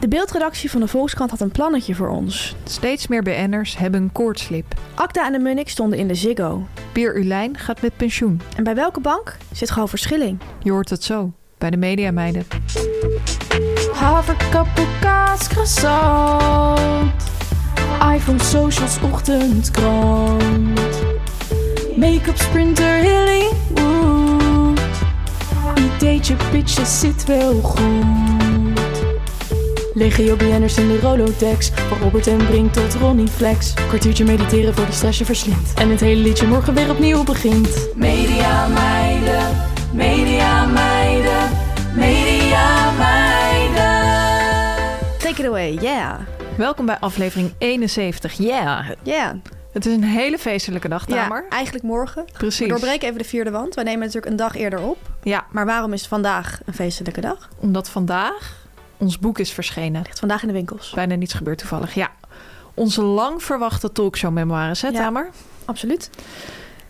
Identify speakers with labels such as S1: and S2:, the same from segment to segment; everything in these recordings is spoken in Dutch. S1: De beeldredactie van de Volkskrant had een plannetje voor ons.
S2: Steeds meer BN'ers hebben koortslip.
S1: Akda en de Munnik stonden in de Ziggo.
S2: Peer Ulijn gaat met pensioen.
S1: En bij welke bank zit gewoon verschilling?
S2: Je hoort het zo, bij de Mediameiden.
S3: Haverkappelkaas, croissant. iPhone, socials, ochtendkrant. Make-up, sprinter, Hollywood. Ideetje, pitjes, zit wel goed. Legio BN'ers in de Rolodex. Van Robert en Brink tot Ronnie Flex. Kwartiertje mediteren voor de stress je verslindt. En het hele liedje morgen weer opnieuw begint. Media meiden, media meiden, media meiden.
S1: Take it away, yeah.
S2: Welkom bij aflevering 71. Ja,
S1: Yeah.
S2: het is een hele feestelijke dag, Tamer.
S1: Ja, eigenlijk morgen. We
S2: Precies.
S1: doorbreken even de vierde wand. Wij nemen het natuurlijk een dag eerder op.
S2: Ja,
S1: Maar waarom is vandaag een feestelijke dag?
S2: omdat vandaag ons boek is verschenen.
S1: Ligt vandaag in de winkels.
S2: Bijna niets gebeurt toevallig, ja. Onze lang verwachte talkshow-memoires, hè,
S1: Ja.
S2: Tamer?
S1: Absoluut.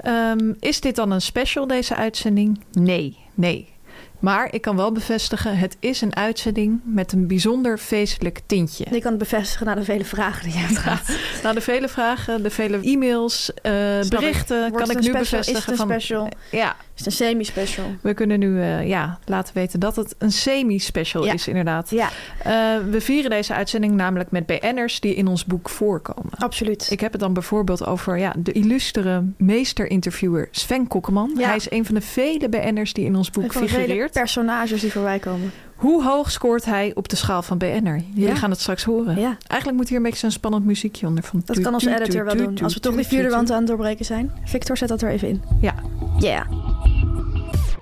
S2: Ehm, is dit dan een special, deze uitzending? Nee, nee. Maar ik kan wel bevestigen, het is een uitzending met een bijzonder feestelijk tintje.
S1: Ik kan het bevestigen na de vele vragen die je hebt gehad.
S2: Na Nou, de vele vragen, de vele e-mails, eh,
S1: Snap ik.
S2: berichten,
S1: Wordt
S2: kan
S1: het
S2: ik
S1: een
S2: nu
S1: special?
S2: bevestigen.
S1: Is het een
S2: van,
S1: special?
S2: Ja,
S1: Is het een semi-special?
S2: we kunnen nu eh, ja, laten weten dat het een semi-special
S1: Ja.
S2: is, inderdaad.
S1: Ja,
S2: Eh, we vieren deze uitzending namelijk met BN'ers die in ons boek voorkomen.
S1: absoluut.
S2: Ik heb het dan bijvoorbeeld over ja, de illustere meester-interviewer Sven Kokkeman.
S1: Ja.
S2: Hij is een van de vele BN'ers die in ons
S1: Een
S2: boek
S1: van de vele
S2: figureert.
S1: personages die voorbij komen.
S2: Hoe hoog scoort hij op de schaal van BN'er? Jullie
S1: Ja.
S2: gaan het straks horen.
S1: Ja.
S2: Eigenlijk moet hier een beetje zo'n spannend muziekje onder. Van
S1: Dat
S2: tu-
S1: kan onze
S2: tu- tu-
S1: editor wel
S2: tu-
S1: doen.
S2: tu-
S1: Als we toch
S2: tu-
S1: die vierde
S2: tu- tu-
S1: wand aan het doorbreken zijn. Victor, zet dat er even in.
S2: Ja,
S1: Ja.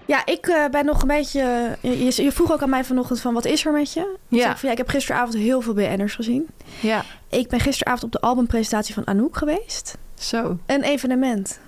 S1: Ja, ik eh, ben nog een beetje... Je, je- je vroeg ook aan mij vanochtend van wat is er met je? Ik
S2: Ja.
S1: zei van, ja, ik heb gisteravond heel veel BN'ers gezien.
S2: ja.
S1: Ik ben gisteravond op de albumpresentatie van Anouk geweest.
S2: Zo.
S1: Een evenement.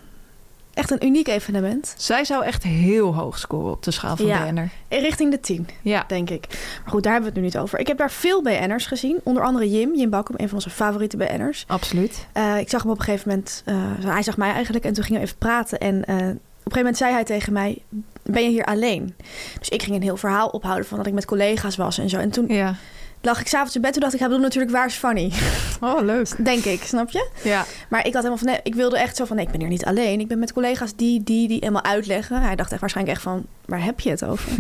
S1: Echt een uniek evenement.
S2: Zij zou echt heel hoog scoren op de schaal van
S1: Ja.
S2: BN'er.
S1: Eh, Richting de tien,
S2: Ja.
S1: denk ik. Maar goed, daar hebben we het nu niet over. Ik heb daar veel BN'ers gezien. Onder andere Jim, Jim Bakkum, een van onze favoriete BN'ers.
S2: Absoluut.
S1: Eh, ik zag hem op een gegeven moment, eh, hij zag mij eigenlijk en toen gingen we even praten. En eh, op een gegeven moment zei hij tegen mij, ben je hier alleen? Dus ik ging een heel verhaal ophouden van dat ik met collega's was en zo. En toen
S2: Ja.
S1: lag ik s'avonds in bed, toen dacht ik, hij bedoelt natuurlijk, waar is Fanny?
S2: Oh, leuk.
S1: Denk ik, snap je?
S2: Ja.
S1: Maar ik had helemaal van, nee, ik wilde echt zo van, nee, ik ben hier niet alleen. Ik ben met collega's die, die, die helemaal uitleggen. Hij dacht echt waarschijnlijk echt van, waar heb je het over?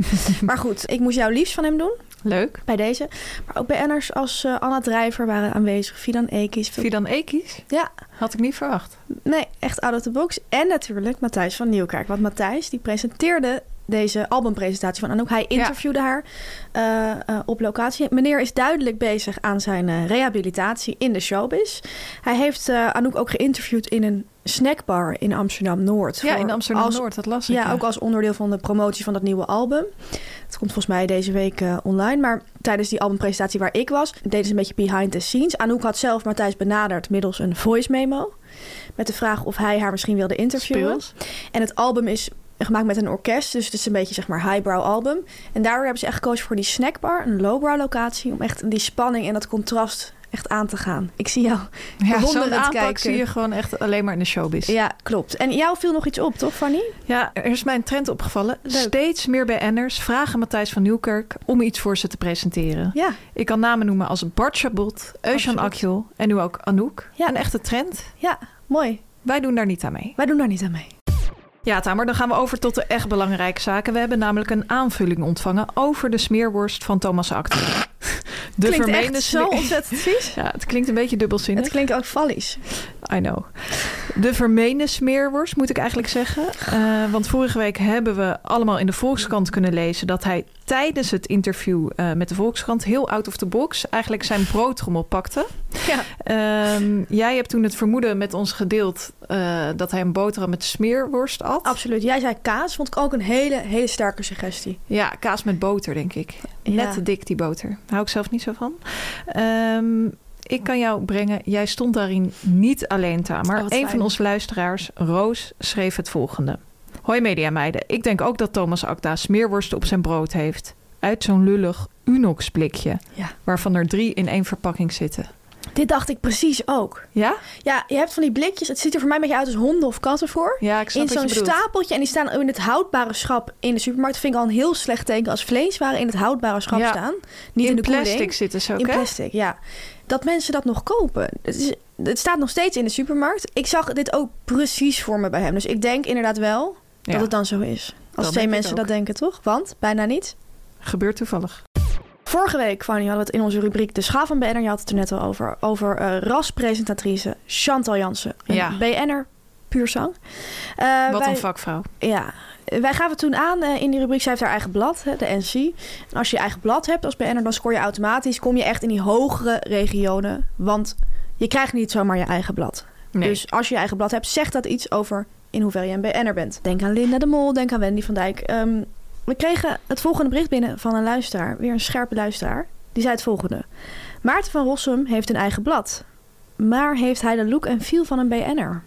S1: maar goed, ik moest jouw liefst van hem doen,
S2: Leuk.
S1: bij deze. Maar ook bij NR's als eh, Anna Drijver waren aanwezig, Fidan Ekis. Phil-
S2: Fidan Ekies?
S1: Ja,
S2: Had ik niet verwacht.
S1: Nee, echt out of the box. En natuurlijk Matthijs van Nieuwkerk. Want Matthijs die presenteerde deze albumpresentatie van Anouk. Hij interviewde haar eh, eh, op locatie. Meneer is duidelijk bezig aan zijn eh, rehabilitatie in de showbiz. Hij heeft eh, Anouk ook geïnterviewd in een snackbar in Amsterdam-Noord.
S2: Ja,
S1: Voor-
S2: in
S1: als-
S2: Amsterdam-Noord. Dat las ik.
S1: ja, ook als onderdeel van de promotie van dat nieuwe album. Het komt volgens mij deze week eh, online. Maar tijdens die albumpresentatie waar ik was, deden ze een beetje behind the scenes. Anouk had zelf Matthijs benaderd middels een voice memo. Met de vraag of hij haar misschien wilde interviewen.
S2: Speels.
S1: En het album is gemaakt met een orkest. Dus het is een beetje zeg maar highbrow album. En daardoor hebben ze echt gekozen voor die snackbar, een lowbrow locatie. Om echt die spanning en dat contrast echt aan te gaan. Ik zie jou
S2: Ja,
S1: bewonderend
S2: zo'n aanpak
S1: kijken.
S2: zie je gewoon echt alleen maar in de showbiz. Ja,
S1: Ja, klopt. En jou viel nog iets op, toch Fanny?
S2: er is mij een trend opgevallen.
S1: Leuk.
S2: Steeds meer BN'ers vragen Matthijs van Nieuwkerk om iets voor ze te presenteren.
S1: Ja.
S2: Ik kan namen noemen als Bart Chabot, Eusjan
S1: Absoluut.
S2: Akjol en nu ook Anouk.
S1: Ja.
S2: Een echte trend.
S1: Ja, mooi.
S2: Wij doen daar niet aan mee.
S1: Wij doen daar niet aan mee.
S2: Ja, Tamer, dan gaan we over tot de echt belangrijke zaken. We hebben namelijk een aanvulling ontvangen over de smeerworst van Thomas Acte. De
S1: klinkt
S2: vermeende
S1: echt zo
S2: smeer-
S1: ontzettend vies.
S2: Ja, het klinkt een beetje dubbelzinnig.
S1: Het klinkt ook vallies.
S2: I know. De vermeende smeerworst, moet ik eigenlijk zeggen. Eh, want vorige week hebben we allemaal in de Volkskrant kunnen lezen... dat hij tijdens het interview eh, met de Volkskrant... heel out of the box eigenlijk zijn broodtrommel pakte.
S1: Ja.
S2: Ehm, jij hebt toen het vermoeden met ons gedeeld... eh, dat hij een boterham met smeerworst at.
S1: Absoluut. Jij zei kaas, vond ik ook een hele, hele sterke suggestie.
S2: Ja, kaas met boter, denk ik. Net
S1: Ja.
S2: te dik, die boter. Daar hou ik zelf niet zo van. Ehm, ik kan jou brengen, jij stond daarin niet alleen, Tamer.
S1: Oh, wat
S2: een
S1: fijn.
S2: van onze luisteraars, Roos, schreef het volgende. Hoi mediameiden, ik denk ook dat Thomas Akda smeerworsten op zijn brood heeft. Uit zo'n lullig Unox blikje,
S1: Ja.
S2: waarvan er drie in één verpakking zitten.
S1: Dit dacht ik precies ook.
S2: Ja?
S1: Ja, je hebt van die blikjes. Het ziet er voor mij een beetje uit als honden of katten voor.
S2: Ja, ik snap
S1: in
S2: wat je
S1: zo'n
S2: bedoelt.
S1: stapeltje. En die staan in het houdbare schap in de supermarkt. Vind ik al een heel slecht teken als vleeswaren in het houdbare schap
S2: Ja.
S1: staan. Niet in,
S2: in
S1: de koeling.
S2: plastic zitten ze ook,
S1: In
S2: hè?
S1: plastic, ja. Dat mensen dat nog kopen. Het, is- het staat nog steeds in de supermarkt. Ik zag dit ook precies voor me bij hem. Dus ik denk inderdaad wel
S2: Ja.
S1: dat het dan zo is. Als
S2: denk
S1: twee
S2: ik
S1: mensen dat
S2: ook.
S1: denken, toch? Want bijna niet.
S2: Gebeurt toevallig.
S1: Vorige week, Fanny, hadden we het in onze rubriek De Schaal van BNR. Je had het er net al over. Over eh, raspresentatrice Chantal Jansen. Een
S2: Ja.
S1: BNR puur zang. Eh,
S2: Wat een
S1: wij-
S2: vakvrouw.
S1: ja, wij gaven toen aan eh, in die rubriek. Zij heeft haar eigen blad, hè, de NC. En als je je eigen blad hebt als BN'er, dan scoor je automatisch. Kom je echt in die hogere regionen. Want je krijgt niet zomaar je eigen blad.
S2: Nee.
S1: Dus als je je eigen blad hebt, zegt dat iets over in hoeverre je een BN'er bent. Denk aan Linda de Mol, denk aan Wendy van Dijk. Ehm, we kregen het volgende bericht binnen van een luisteraar. Weer een scherpe luisteraar. Die zei het volgende. Maarten van Rossum heeft een eigen blad. Maar heeft hij de look en feel van een BN'er?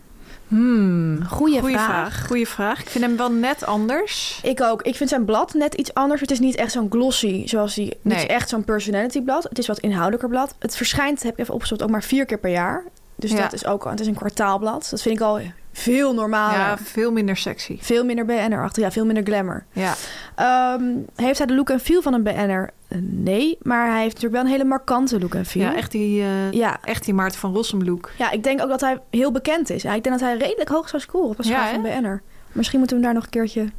S2: Hmm.
S1: Goeie,
S2: Goeie
S1: vraag.
S2: vraag. Goeie vraag. Ik vind hem wel net anders.
S1: Ik ook. Ik vind zijn blad net iets anders. Het is niet echt zo'n glossy, zoals die. Het
S2: Nee.
S1: is echt zo'n personality blad. Het is wat inhoudelijker blad. Het verschijnt, heb ik even opgezocht, ook maar vier keer per jaar. Dus
S2: Ja.
S1: dat is ook. Het is een kwartaalblad. Dat vind ik al veel normaler.
S2: Ja, veel minder sexy.
S1: Veel minder BN'er achter. Ja, veel minder glamour.
S2: Ja.
S1: Ehm, heeft hij de look en feel van een BN'er? Nee, maar hij heeft natuurlijk wel een hele markante look en feel.
S2: Ja, echt die, eh,
S1: Ja.
S2: echt die Maarten van Rossum look.
S1: Ja, ik denk ook dat hij heel bekend is. Ja, ik denk dat hij redelijk hoog zou scoren op een
S2: Ja,
S1: schaal van BN'er. Misschien moeten we hem daar nog een keertje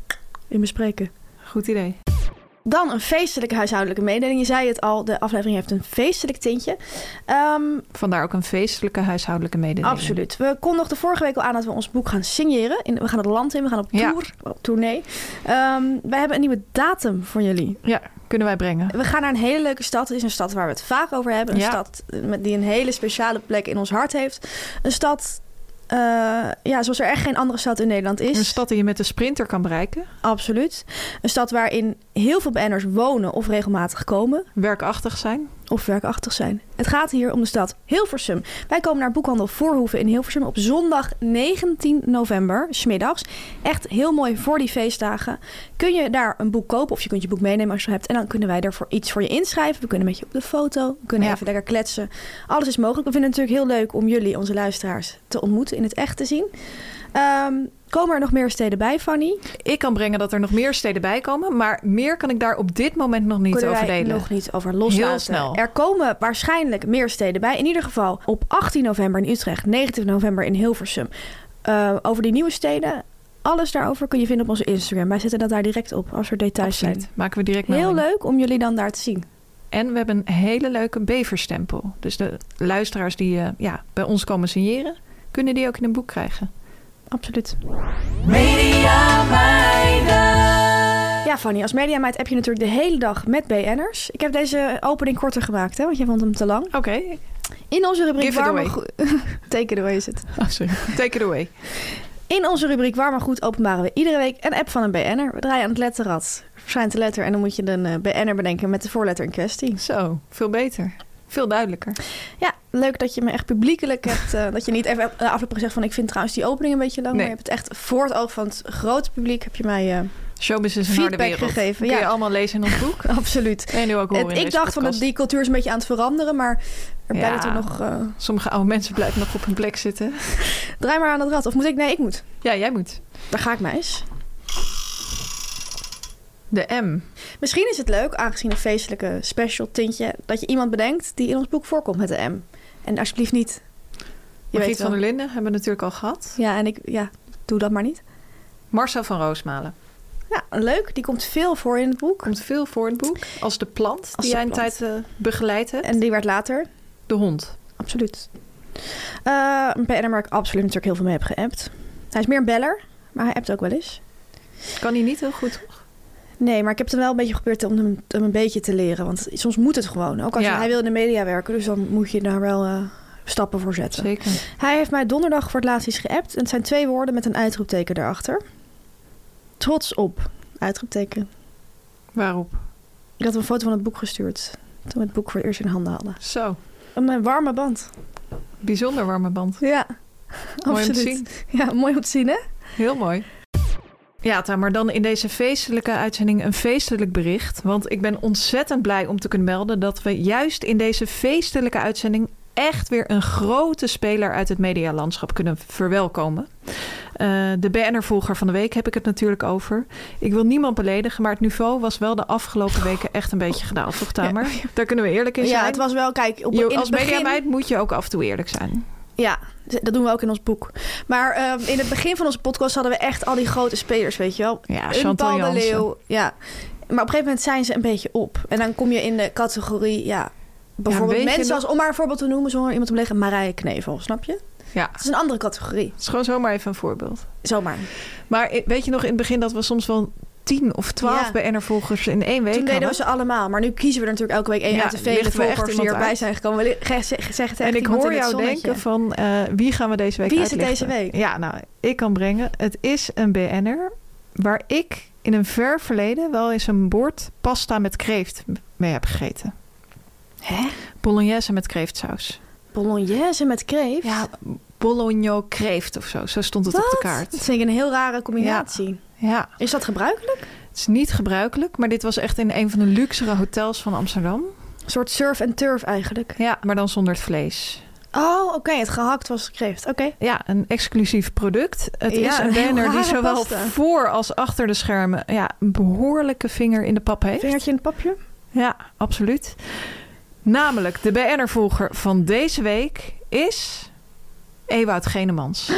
S1: in bespreken.
S2: Goed idee.
S1: Dan een feestelijke huishoudelijke mededeling. Je zei het al, de aflevering heeft een feestelijk tintje. Ehm,
S2: Vandaar ook een feestelijke huishoudelijke mededeling.
S1: absoluut. We kondigden vorige week al aan dat we ons boek gaan signeren. In, we gaan het land in, we gaan op
S2: Ja.
S1: tour, op tournee. Ehm, wij hebben een nieuwe datum voor jullie.
S2: Ja, kunnen wij brengen.
S1: We gaan naar een hele leuke stad. Het is een stad waar we het vaak over hebben. Een
S2: Ja.
S1: stad met, die een hele speciale plek in ons hart heeft. Een stad... eh, ja, zoals er echt geen andere stad in Nederland is.
S2: Een stad die je met de sprinter kan bereiken.
S1: Absoluut. Een stad waarin heel veel BN'ers wonen of regelmatig komen.
S2: Werkachtig zijn.
S1: of werkachtig zijn. Het gaat hier om de stad Hilversum. Wij komen naar boekhandel Voorhoeven in Hilversum op zondag 19 november, smiddags. Echt heel mooi voor die feestdagen. Kun je daar een boek kopen of je kunt je boek meenemen als je het hebt. En dan kunnen wij daarvoor iets voor je inschrijven. We kunnen met je op de foto, we kunnen
S2: Ja.
S1: even lekker kletsen. Alles is mogelijk. We vinden het natuurlijk heel leuk om jullie, onze luisteraars, te ontmoeten, in het echt te zien. Ehm, komen er nog meer steden bij, Fanny?
S2: Ik kan brengen dat er nog meer steden bij komen. Maar meer kan ik daar op dit moment nog niet
S1: kunnen
S2: over
S1: wij
S2: delen.
S1: nog niet over loslaten.
S2: Heel snel.
S1: Er komen waarschijnlijk meer steden bij. In ieder geval op 18 november in Utrecht, 19 november in Hilversum. Eh, over die nieuwe steden, alles daarover kun je vinden op onze Instagram. Wij zetten dat daar direct op als er details
S2: Absoluut. Nou, Maken we direct
S1: zijn. Heel
S2: melding.
S1: leuk om jullie dan daar te zien.
S2: En we hebben een hele leuke beverstempel. Dus de luisteraars die eh, ja, bij ons komen signeren, kunnen die ook in een boek krijgen.
S1: Absoluut.
S3: Media meiden.
S1: Ja, Fanny, als mediameid heb je natuurlijk de hele dag met BN'ers. Ik heb deze opening korter gemaakt, hè, want jij vond hem te lang.
S2: Oké.
S1: In onze rubriek
S2: Ah, Give it
S1: warme
S2: away.
S1: goed. Take it away is het.
S2: Oh, sorry. Take it away.
S1: In onze rubriek Waar maar goed openbaren we iedere week een app van een BN'er. We draaien aan het letterrad. Er Verschijnt de letter en dan moet je een eh, BN'er bedenken met de voorletter in kwestie.
S2: Zo, veel beter. Veel duidelijker.
S1: Ja, leuk dat je me echt publiekelijk hebt. eh, dat je niet even na afloop hebt gezegd van ik vind trouwens die opening een beetje lang.
S2: Nee.
S1: Maar je hebt het echt voor het oog van het grote publiek heb je mij eh,
S2: Showbiz is een harde
S1: feedback
S2: wereld.
S1: gegeven.
S2: Kun je
S1: Ja,
S2: allemaal lezen in ons boek?
S1: absoluut.
S2: En nu ook horen
S1: Het-
S2: in
S1: ik
S2: deze
S1: dacht van dat
S2: podcast.
S1: die cultuur is een beetje aan het veranderen, maar er
S2: Ja.
S1: blijft er nog... eh,
S2: Sommige oude mensen blijven nog op hun plek zitten.
S1: draai maar aan het rad. Of moet ik? Nee, ik moet.
S2: Ja, jij moet.
S1: Daar ga ik mij eens.
S2: De M.
S1: Misschien is het leuk, aangezien een feestelijke special tintje, dat je iemand bedenkt die in ons boek voorkomt met de M. En alsjeblieft niet. Je
S2: Margriet
S1: weet wel.
S2: van der Linden hebben we natuurlijk al gehad.
S1: Ja, en ik, ja, doe dat maar niet.
S2: Marcel van Roosmalen.
S1: Ja, leuk. Die komt veel voor in het boek.
S2: Komt veel voor in het boek. Als de plant
S1: Als
S2: die
S1: de
S2: jij een
S1: plant.
S2: tijd eh, begeleid hebt.
S1: En die werd later.
S2: de hond.
S1: Absoluut. Eh, een BN'er waar ik absoluut natuurlijk heel veel mee heb geappt. Hij is meer een beller, maar hij appt ook wel eens.
S2: Kan die niet heel goed.
S1: Nee, maar ik heb het hem wel een beetje geprobeerd om hem, hem een beetje te leren. Want soms moet het gewoon. Ook als
S2: Ja.
S1: hij wil in de media werken, dus dan moet je daar wel eh, stappen voor zetten.
S2: Zeker.
S1: Hij heeft mij donderdag voor het laatst iets geappt. En het zijn twee woorden met een uitroepteken daarachter. Trots op. Uitroepteken.
S2: Waarop?
S1: Ik had een foto van het boek gestuurd. Toen we het boek voor het eerst in handen hadden.
S2: Zo. eh,
S1: Een warme band.
S2: Bijzonder warme band.
S1: Ja,
S2: Mooi om
S1: absoluut.
S2: te zien.
S1: Ja, mooi om te zien, hè?
S2: Heel mooi. Ja, Tamer, dan in deze feestelijke uitzending een feestelijk bericht. Want ik ben ontzettend blij om te kunnen melden dat we juist in deze feestelijke uitzending echt weer een grote speler uit het medialandschap kunnen verwelkomen. Eh, de BN'er-volger van de week heb ik het natuurlijk over. Ik wil niemand beledigen, maar het niveau was wel de afgelopen weken echt een beetje gedaald, toch Tamer? Daar kunnen we eerlijk in zijn.
S1: Oh. Ja, het was wel, kijk, op,
S2: Je-
S1: in
S2: als
S1: het begin...
S2: mediameid moet je ook af en toe eerlijk zijn.
S1: Ja, dat doen we ook in ons boek. Maar ehm, in het begin van onze podcast hadden we echt al die grote spelers, weet je wel.
S2: Ja,
S1: Een
S2: Chantal
S1: Paul de
S2: Jansen.
S1: Leeuw, ja. Maar op een gegeven moment zijn ze een beetje op. En dan kom je in de categorie, ja... Bijvoorbeeld
S2: weet je
S1: mensen
S2: nog-
S1: als, om maar een voorbeeld te noemen, zonder iemand te beleggen, Marije Knevel, snap je?
S2: Ja,
S1: Het is een andere categorie,
S2: het is gewoon zomaar even een voorbeeld.
S1: zomaar.
S2: Maar i- weet je nog in het begin dat we soms wel tien of twaalf
S1: Ja.
S2: BN'er-volgers in één week
S1: Toen deden
S2: hadden?
S1: we ze allemaal, maar nu kiezen we er natuurlijk elke week één
S2: Ja,
S1: uit de vele
S2: lichten we echt
S1: volgers die
S2: iemand
S1: erbij
S2: uit.
S1: zijn gekomen. We li- ge- ze- gezegd echt
S2: en ik
S1: iemand
S2: hoor
S1: in het
S2: jou
S1: zonnetje.
S2: denken van eh, wie gaan we deze week
S1: Wie is het
S2: uitlichten?
S1: deze week?
S2: Ja, nou, ik kan brengen. Het is een BN'er waar ik in een ver verleden wel eens een bord pasta met kreeft m- mee heb gegeten.
S1: Hè?
S2: Bolognese met kreeftsaus.
S1: Bolognese met kreeft?
S2: Ja, bologno kreeft of zo. Zo stond het op de
S1: Wat?
S2: kaart.
S1: Dat vind ik een heel rare combinatie.
S2: Ja,
S1: Is dat gebruikelijk?
S2: het is niet gebruikelijk, maar dit was echt in een van de luxere hotels van Amsterdam.
S1: Een soort surf en turf eigenlijk.
S2: Ja, maar dan zonder het vlees.
S1: Oh, oké. het gehakt was kreeft. Oké.
S2: ja, een exclusief product. Het
S1: Ja,
S2: is
S1: een
S2: een banner
S1: heel
S2: die
S1: rare
S2: zowel
S1: pasta.
S2: voor als achter de schermen ja, een behoorlijke vinger in de pap heeft.
S1: Vingertje in het papje.
S2: Ja, absoluut. Namelijk, de BN'er-volger van deze week is Ewout Genemans.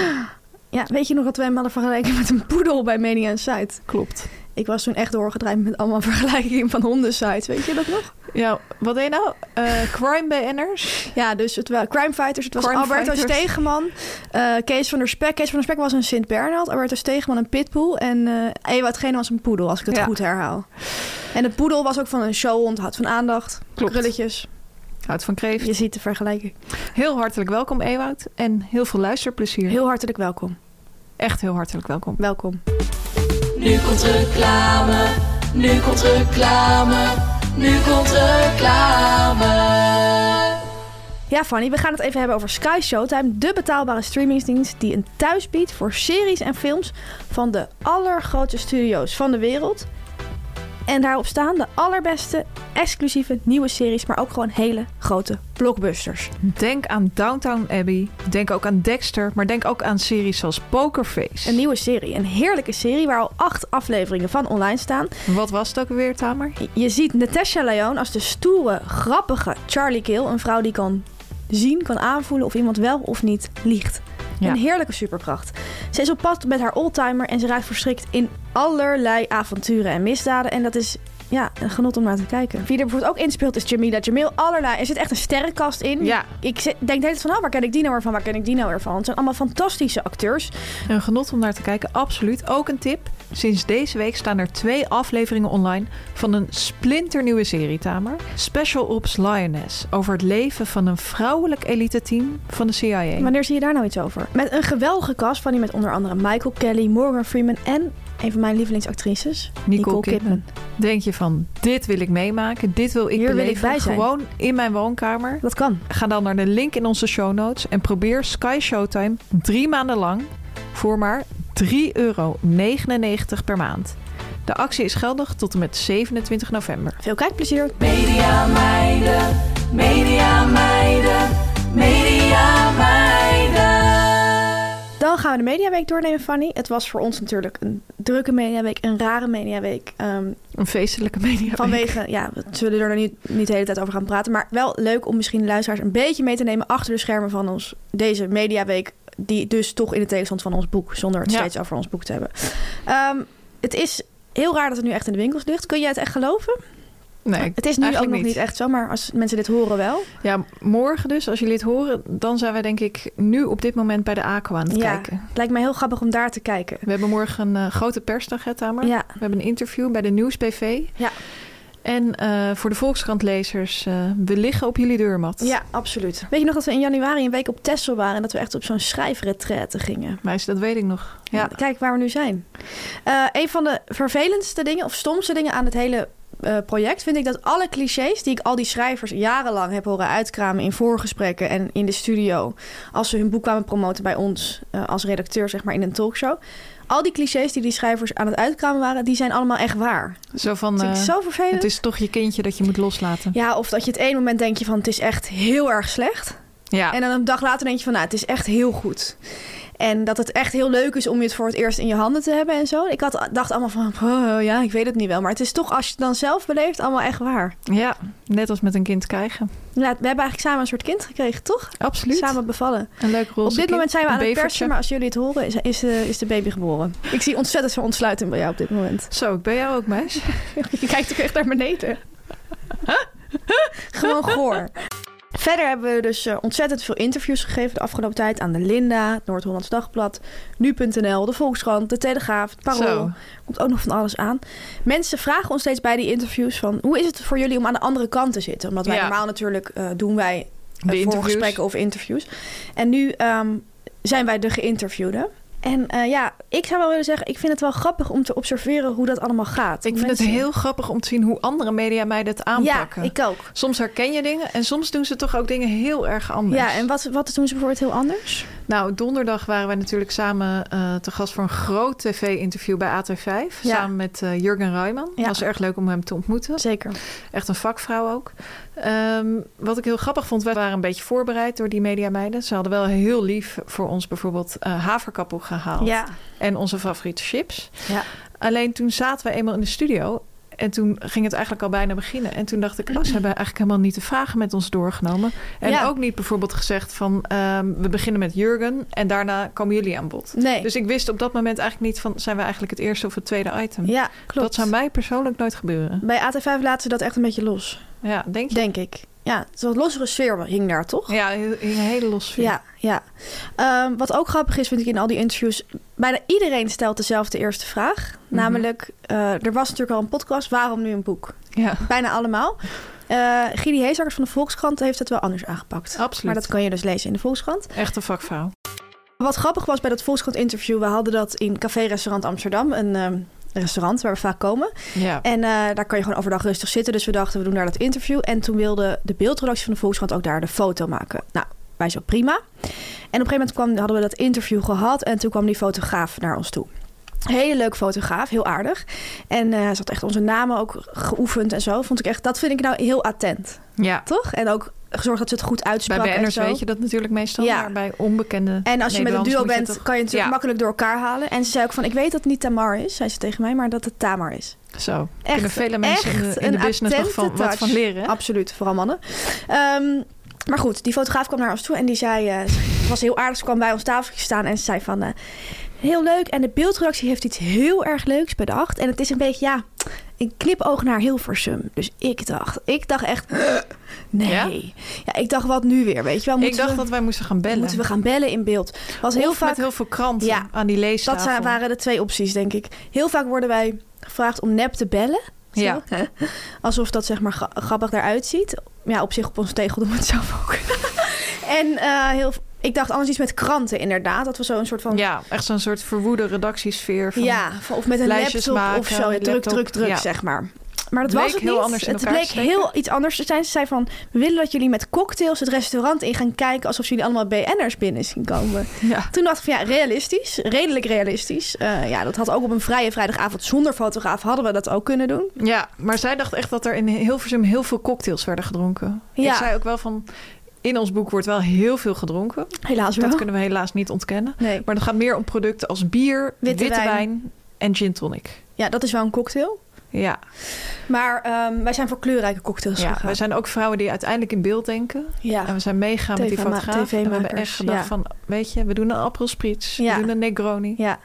S1: Ja, weet je nog dat wij hem hadden vergeleken met een poedel bij Mania Site?
S2: Klopt.
S1: Ik was toen echt doorgedraaid met allemaal vergelijkingen van hondensites. Weet je dat nog?
S2: Ja, wat deed je nou? Eh, crime BN'ers?
S1: Ja, dus het waren crime fighters. Het was
S2: Crime
S1: Alberto
S2: fighters.
S1: Stegeman, eh, Kees van der Spek. Kees van der Spek was een Sint Bernhard, Alberto Stegeman een pitbull en eh Ewout Gene was een poedel, als ik het
S2: Ja.
S1: goed herhaal. En het poedel was ook van een showhond, had van aandacht,
S2: Klopt.
S1: krulletjes.
S2: Houdt van kreeft.
S1: Je ziet de vergelijking.
S2: Heel hartelijk welkom, Ewout. En heel veel luisterplezier.
S1: Heel hartelijk welkom.
S2: Echt heel hartelijk welkom.
S1: Welkom.
S3: Nu komt reclame, nu komt reclame, nu komt reclame.
S1: Ja, Fanny, we gaan het even hebben over Sky Showtime, de betaalbare streamingsdienst die een thuis biedt voor series en films van de allergrootste studio's van de wereld. En daarop staan de allerbeste, exclusieve nieuwe series, maar ook gewoon hele grote blockbusters.
S2: Denk aan Downtown Abbey. Denk ook aan Dexter. Maar denk ook aan series zoals Pokerface.
S1: Een nieuwe serie, een heerlijke serie waar al acht afleveringen van online staan.
S2: Wat was het ook weer, Tamer?
S1: Je ziet Natasha Lyon als de stoere, grappige Charlie Kill, een vrouw die kan zien, kan aanvoelen of iemand wel of niet liegt.
S2: Ja.
S1: Een heerlijke superkracht. Ze is op pad met haar oldtimer en ze raakt verstrikt in allerlei avonturen en misdaden. En dat is ja, een genot om naar te kijken. Wie er bijvoorbeeld ook inspeelt is Jamila Jamil. Allerlei. Er zit echt een sterrenkast in.
S2: Ja.
S1: Ik zit- denk de hele tijd van, oh, waar ken ik die nou weer van? Waar ken ik die nou weer van? Het zijn allemaal fantastische acteurs.
S2: Een genot om naar te kijken, absoluut. Ook een tip. Sinds deze week staan er twee afleveringen online van een splinternieuwe serie, Tamer. Special Ops Lioness. Over het leven van een vrouwelijk elite-team van de CIA.
S1: Wanneer zie je daar nou iets over? Met een geweldige cast van die met onder andere Michael Kelly, Morgan Freeman en een van mijn lievelingsactrices,
S2: Nicole, Kidman. Denk je van, dit wil ik meemaken, dit wil ik
S1: Hier wil ik
S2: beleven.
S1: bij zijn.
S2: Gewoon in mijn woonkamer.
S1: Dat kan.
S2: Ga dan naar de link in onze show notes en probeer Sky Showtime drie maanden lang voor maar 3,99 euro per maand. De actie is geldig tot en met 27 november.
S1: Veel kijkplezier.
S3: Media meiden, media meiden, media meiden.
S1: Dan gaan we de Mediaweek doornemen, Fanny. Het was voor ons natuurlijk een drukke Mediaweek, een rare Mediaweek. Ehm
S2: Een feestelijke media.
S1: vanwege, ja, we zullen er nu niet de hele tijd over gaan praten. Maar wel leuk om misschien de luisteraars een beetje mee te nemen achter de schermen van ons deze Mediaweek die dus toch in de tegenstand van ons boek, zonder het
S2: Ja.
S1: steeds over ons boek te hebben. Ehm, het is heel raar dat het nu echt in de winkels ligt. Kun jij het echt geloven?
S2: Nee, ik-
S1: het is nu ook nog
S2: eigenlijk
S1: niet.
S2: niet.
S1: echt zo, maar als mensen dit horen wel.
S2: ja, morgen dus, als jullie het horen, dan zijn wij denk ik nu op dit moment bij de Aqua aan het
S1: Ja.
S2: kijken.
S1: Het lijkt mij heel grappig om daar te kijken.
S2: We hebben morgen een eh, grote persdag, hè, Tamer?
S1: Ja,
S2: We hebben een interview bij de Nieuwsbv.
S1: Ja.
S2: En eh, voor de Volkskrant-lezers, eh, we liggen op jullie deurmat.
S1: ja, absoluut. Weet je nog dat we in januari een week op Texel waren en dat we echt op zo'n schrijfretraite gingen?
S2: Meisje, dat weet ik nog. Ja.
S1: Kijk waar we nu zijn. Eh, een van de vervelendste dingen of stomste dingen aan het hele eh, project vind ik dat alle clichés die ik al die schrijvers jarenlang heb horen uitkramen in voorgesprekken en in de studio als ze hun boek kwamen promoten bij ons eh, als redacteur zeg maar in een talkshow. Al die clichés die die schrijvers aan het uitkramen waren, die zijn allemaal echt waar.
S2: Zo van,
S1: Dat vind
S2: eh,
S1: ik zo vervelend.
S2: het is toch je kindje dat je moet loslaten.
S1: Ja, of dat je het ene moment denk je van het is echt heel erg slecht.
S2: Ja.
S1: En dan een dag later denk je van, nou, het is echt heel goed. En dat het echt heel leuk is om je het voor het eerst in je handen te hebben en zo. Ik had, dacht allemaal van, oh, ja, ik weet het niet wel. Maar het is toch, als je het dan zelf beleeft, allemaal echt waar.
S2: ja, net als met een kind krijgen.
S1: Ja, we hebben eigenlijk samen een soort kind gekregen, toch?
S2: Absoluut.
S1: Samen bevallen.
S2: Een leuk rol.
S1: Op dit moment zijn we aan het persen, maar als jullie het horen, is, is, eh, is de baby geboren. Ik zie ontzettend veel ontsluiting bij jou op dit moment.
S2: Zo, ik ben jou ook, meisje.
S1: Je kijkt ook echt naar beneden. Gewoon goor. Verder hebben we dus eh, ontzettend veel interviews gegeven de afgelopen tijd aan de Linda, het Noord-Hollands Dagblad, nu.nl, de Volkskrant, de Telegraaf, het Parool.
S2: Zo.
S1: Komt ook nog van alles aan. Mensen vragen ons steeds bij die interviews van hoe is het voor jullie om aan de andere kant te zitten? Omdat wij
S2: Ja.
S1: normaal natuurlijk eh, doen wij
S2: De
S1: de
S2: interviews.
S1: voorgesprekken of interviews. En nu ehm, zijn wij de geïnterviewden. En eh, ja, ik zou wel willen zeggen, ik vind het wel grappig om te observeren hoe dat allemaal gaat.
S2: Ik
S1: Hoe
S2: vind het
S1: mensen-
S2: heel grappig om te zien hoe andere media mij dat aanpakken.
S1: ja, ik ook.
S2: Soms herken je dingen en soms doen ze toch ook dingen heel erg anders.
S1: Ja, en wat, wat doen ze bijvoorbeeld heel anders?
S2: Nou, donderdag waren wij natuurlijk samen eh, te gast voor een groot tv-interview bij AT5. Samen met eh, Jurgen Rijman.
S1: Ja.
S2: was erg leuk om hem te ontmoeten.
S1: Zeker.
S2: Echt een vakvrouw ook. Ehm, wat ik heel grappig vond, wij waren een beetje voorbereid door die mediameiden. Ze hadden wel heel lief voor ons bijvoorbeeld eh haverkappel gehaald.
S1: Ja.
S2: En onze favoriete chips.
S1: Ja.
S2: Alleen toen zaten we eenmaal in de studio. En toen ging het eigenlijk al bijna beginnen. En toen dacht ik, oh, ze hebben eigenlijk helemaal niet de vragen met ons doorgenomen. En
S1: Ja.
S2: ook niet bijvoorbeeld gezegd van, ehm, we beginnen met Jurgen en daarna komen jullie aan bod.
S1: Nee.
S2: Dus ik wist op dat moment eigenlijk niet van, zijn we eigenlijk het eerste of het tweede item?
S1: ja, klopt.
S2: Dat zou mij persoonlijk nooit gebeuren.
S1: Bij AT5 laten ze dat echt een beetje los,
S2: Ja, denk je?
S1: denk ik. Ja, zo'n lossere sfeer hing daar toch?
S2: Ja, heel- een hele los sfeer.
S1: Ja, ja. Ehm, wat ook grappig is, vind ik in al die interviews. Bijna iedereen stelt dezelfde eerste vraag.
S2: Mhm.
S1: Namelijk, eh, er was natuurlijk al een podcast, waarom nu een boek?
S2: Ja,
S1: Bijna allemaal. Eh Gidi Heesakkers van de Volkskrant heeft het wel anders aangepakt.
S2: Absoluut.
S1: Maar dat kan je dus lezen in de Volkskrant.
S2: echt een vakvrouw.
S1: Wat grappig was bij dat Volkskrant interview, we hadden dat in Café Restaurant Amsterdam, een ehm, restaurant waar we vaak komen.
S2: Ja.
S1: En eh, daar kan je gewoon overdag rustig zitten, dus we dachten we doen daar dat interview. En toen wilde de beeldredactie van de Volkskrant ook daar de foto maken. Nou, wij zo prima. En op een gegeven moment kwam, hadden we dat interview gehad en toen kwam die fotograaf naar ons toe. Hele leuk fotograaf, heel aardig. En eh, ze had echt onze namen ook geoefend en zo. Vond ik echt, dat vind ik nou heel attent,
S2: ja.
S1: toch? En ook gezorgd dat ze het goed
S2: Bij
S1: uitsprak en
S2: BN'ers
S1: zo.
S2: weet je dat natuurlijk meestal,
S1: Ja.
S2: maar bij onbekende
S1: En als je met een duo
S2: Nederlanders
S1: bent,
S2: moet je
S1: kan je het natuurlijk
S2: Ja.
S1: makkelijk door elkaar halen. En ze zei ook van, ik weet dat het niet Tamar is, zei ze tegen mij, maar dat het Tamar is.
S2: toch- Zo,
S1: Echt,
S2: kunnen vele mensen in
S1: echt
S2: de, in de
S1: een
S2: business nog van,
S1: attente
S2: wat
S1: touch.
S2: van leren. hè?
S1: Absoluut, vooral mannen. Ehm, maar goed, die fotograaf kwam naar ons toe en die zei, eh, het was heel aardig, ze kwam bij ons tafeltje staan en ze zei van, eh, heel leuk. En de beeldredactie heeft iets heel erg leuks bedacht. En het is een beetje, ja, een knipoog naar Hilversum. Dus ik dacht, ik dacht echt, nee.
S2: Ja?
S1: Ja? ik dacht, wat nu weer, weet je wel?
S2: Ik
S1: Moeten
S2: dacht
S1: we,
S2: dat wij moesten gaan bellen.
S1: moeten we gaan bellen in beeld. Was heel
S2: of
S1: vaak
S2: met heel veel kranten
S1: Ja.
S2: aan die
S1: Dat
S2: leestafel.
S1: zijn, waren de twee opties, denk ik. Heel vaak worden wij gevraagd om nep te bellen. Zie je
S2: Ja.
S1: wel? Alsof dat zeg maar gra- grappig eruit ziet. Ja, op zich op ons tegel doen we het zelf ook. en eh, heel, ik dacht anders iets met kranten inderdaad. Dat was zo'n soort van...
S2: Ja, echt zo'n soort verwoede redactiesfeer. Van,
S1: Ja, van- of met een
S2: lijstjes
S1: laptop
S2: maken,
S1: of zo. Ja,
S2: een
S1: druk,
S2: laptop,
S1: druk, druk,
S2: ja.
S1: zeg maar. Maar dat
S2: Bleek
S1: was het
S2: heel
S1: niet.
S2: anders in
S1: het
S2: elkaar
S1: bleek
S2: te steken.
S1: heel iets anders te zijn. Ze zei van, we willen dat jullie met cocktails het restaurant in gaan kijken... alsof jullie allemaal BN'ers binnen zien komen.
S2: Ja.
S1: Toen dacht ik van ja, realistisch. Redelijk realistisch. Eh, ja, dat had ook op een vrije vrijdagavond zonder fotograaf hadden we dat ook kunnen doen.
S2: ja, maar zij dacht echt dat er in Hilversum heel veel cocktails werden gedronken.
S1: Ja.
S2: Ik zei ook wel van, in ons boek wordt wel heel veel gedronken.
S1: Helaas wel.
S2: Dat kunnen we helaas niet ontkennen.
S1: Nee.
S2: Maar het gaat meer om producten als bier, witte,
S1: Witte
S2: wijn.
S1: wijn.
S2: en gin tonic.
S1: Ja, dat is wel een cocktail.
S2: Ja,
S1: Maar ehm, wij zijn voor kleurrijke cocktails
S2: ja.
S1: gegaan.
S2: wij zijn ook vrouwen die uiteindelijk in beeld denken. En
S1: ja.
S2: we zijn meegaan met die
S1: TV-ma-
S2: fotograaf. En we hebben echt
S1: TV-makers,
S2: gedacht
S1: ja.
S2: van, weet je, we doen een April Spritz.
S1: Ja.
S2: We doen een Negroni.
S1: ja.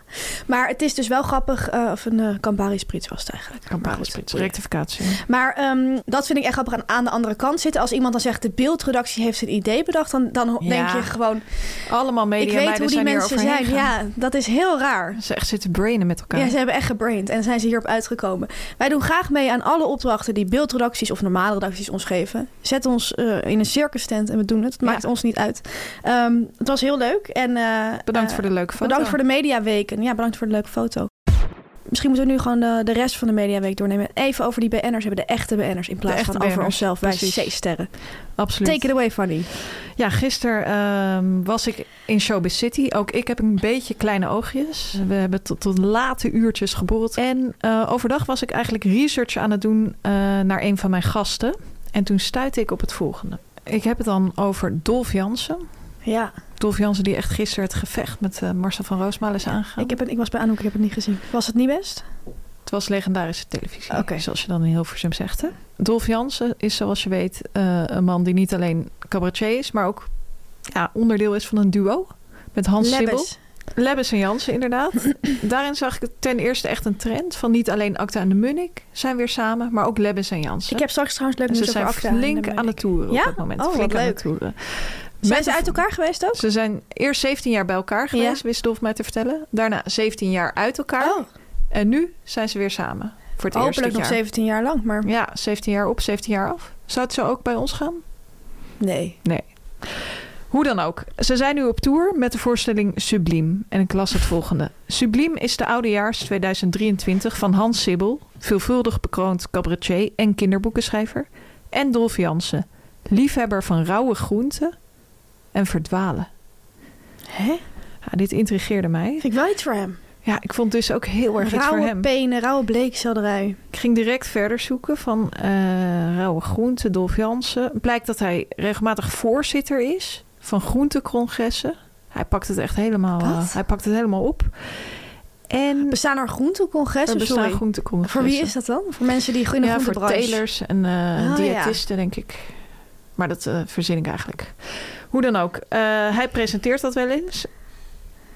S1: Maar het is dus wel grappig. eh, of een eh Campari Spritz was het eigenlijk.
S2: Een
S1: Maar
S2: April
S1: goed.
S2: Spritz, rectificatie.
S1: Maar ehm, dat vind ik echt grappig aan, aan de andere kant zitten. Als iemand dan zegt, de beeldredactie heeft een idee bedacht... dan, dan ho-
S2: Ja.
S1: denk je gewoon,
S2: Allemaal
S1: ik weet hoe
S2: mediameiden
S1: die
S2: zijn hier
S1: mensen
S2: overheen
S1: zijn.
S2: gegaan.
S1: Ja, dat is heel raar.
S2: Ze echt zitten brainen met elkaar.
S1: Ja, ze hebben echt gebraind en zijn ze hierop uitgekomen. Wij doen graag mee aan alle opdrachten die beeldredacties of normale redacties ons geven. Zet ons eh, in een circus tent en we doen het. Het
S2: Ja.
S1: maakt ons niet uit. Ehm, het was heel leuk. En, eh,
S2: Bedankt
S1: eh,
S2: voor de leuke foto.
S1: Bedankt voor de mediaweken. Ja, bedankt voor de leuke foto. Misschien moeten we nu gewoon de, de rest van de mediaweek doornemen. Even over die BN'ers hebben, de echte BN'ers. In plaats
S2: echte
S1: van over
S2: BN'ers,
S1: onszelf. Wij
S2: precies.
S1: C-sterren.
S2: Absoluut.
S1: Take it away, Fanny.
S2: Ja, gisteren ehm, was ik in Showbiz City. Ook ik heb een beetje kleine oogjes. We hebben tot, tot late uurtjes geborreld. En eh, overdag was ik eigenlijk research aan het doen eh, naar een van mijn gasten. En toen stuitte ik op het volgende. Ik heb het dan over Dolf Jansen.
S1: Ja,
S2: Dolf Jansen die echt gisteren het gevecht met eh, Marcel van Roosmalen is aangegaan.
S1: ik, heb het, ik was bij Anouk, ik heb het niet gezien. Was het niet best?
S2: Het was legendarische televisie,
S1: Oké.
S2: zoals je dan in Hilversum zegt. Hè? Dolf Jansen is, zoals je weet, eh, een man die niet alleen cabaretier is... maar ook ja, onderdeel is van een duo met Hans Sibbel.
S1: Lebbes.
S2: Lebbes en Jansen, inderdaad. Daarin zag ik ten eerste echt een trend van niet alleen Acta en de Munnik zijn weer samen... maar ook Lebbes en Jansen.
S1: Ik heb straks trouwens leuk
S2: En
S1: nieuws
S2: ze zijn
S1: over Acta.
S2: flink aan het toeren
S1: Ja?
S2: op dit moment.
S1: Oh, wat
S2: flink aan
S1: leuk.
S2: het toeren.
S1: Zijn
S2: Met
S1: ze
S2: de-
S1: uit elkaar geweest ook?
S2: Ze zijn eerst 17 jaar bij elkaar geweest, wist Dolf mij te vertellen. Daarna 17 jaar uit elkaar.
S1: Oh,
S2: En nu zijn ze weer samen. Voor het eerst
S1: hopelijk
S2: dit
S1: nog
S2: jaar.
S1: 17 jaar lang, maar
S2: Ja, 17 jaar op, 17 jaar af. Zou het zo ook bij ons gaan?
S1: nee.
S2: Hoe dan ook, ze zijn nu op tour met de voorstelling Subliem. En ik las het volgende. Subliem is de oudejaars 2023 van Hans Sibbel, veelvuldig bekroond cabaretier en kinderboekenschrijver. En Dolf Jansen, liefhebber van rauwe groenten en verdwalen.
S1: Hè?
S2: Ja, dit intrigeerde mij.
S1: Vind ik wel iets voor hem.
S2: Ja, ik vond dus ook heel erg iets voor
S1: Rauwe
S2: hem.
S1: penen, rauwe bleekselderij.
S2: Ik ging direct verder zoeken van eh rauwe groenten, Dolf Jansen. Blijkt dat hij regelmatig voorzitter is van groentecongressen. Hij pakt het echt helemaal,
S1: Wat?
S2: eh, hij pakt het helemaal op. En
S1: Bestaan er groentecongressen?
S2: er bestaan
S1: Sorry.
S2: groentecongressen.
S1: Voor wie is dat dan? Voor mensen die in de
S2: ja, voor
S1: groentebranche...
S2: telers en eh,
S1: Ah,
S2: diëtisten, denk ik. Maar dat eh, verzin ik eigenlijk. Hoe dan ook, eh, hij presenteert dat wel eens.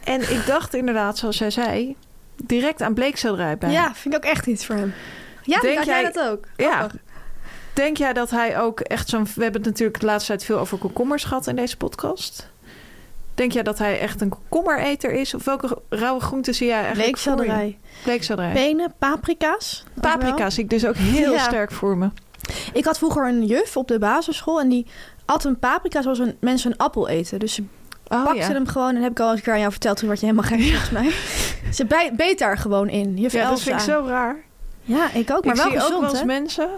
S2: En ik dacht inderdaad, zoals jij zei, direct aan bleekselderij bij.
S1: Ja, vind ik ook echt iets voor hem. Ja,
S2: Denk
S1: had jij
S2: jij-
S1: dat ook?
S2: Ja.
S1: Grappig.
S2: Denk jij dat hij ook echt zo'n... We hebben het natuurlijk de laatste tijd veel over komkommers gehad in deze podcast. Denk jij dat hij echt een komkommereter is? Of welke rauwe groenten zie jij eigenlijk voor
S1: Bleekselderij.
S2: je? Bleekselderij.
S1: Benen, paprika's. ook wel.
S2: Paprika zie ik dus ook heel
S1: Ja.
S2: sterk voor me.
S1: Ik had vroeger een juf op de basisschool en die at een paprika zoals een, mensen een appel eten. Dus ze
S2: Oh,
S1: pakte
S2: ja.
S1: hem gewoon en heb ik al eens een keer aan jou verteld toen word je helemaal gek volgens mij. Ze bij, beet daar gewoon in. Juf
S2: ja, dat
S1: Elsa.
S2: vind ik zo raar.
S1: Ja, ik ook, maar
S2: ik
S1: wel
S2: zie ook wel
S1: gezond
S2: eens
S1: hè?
S2: mensen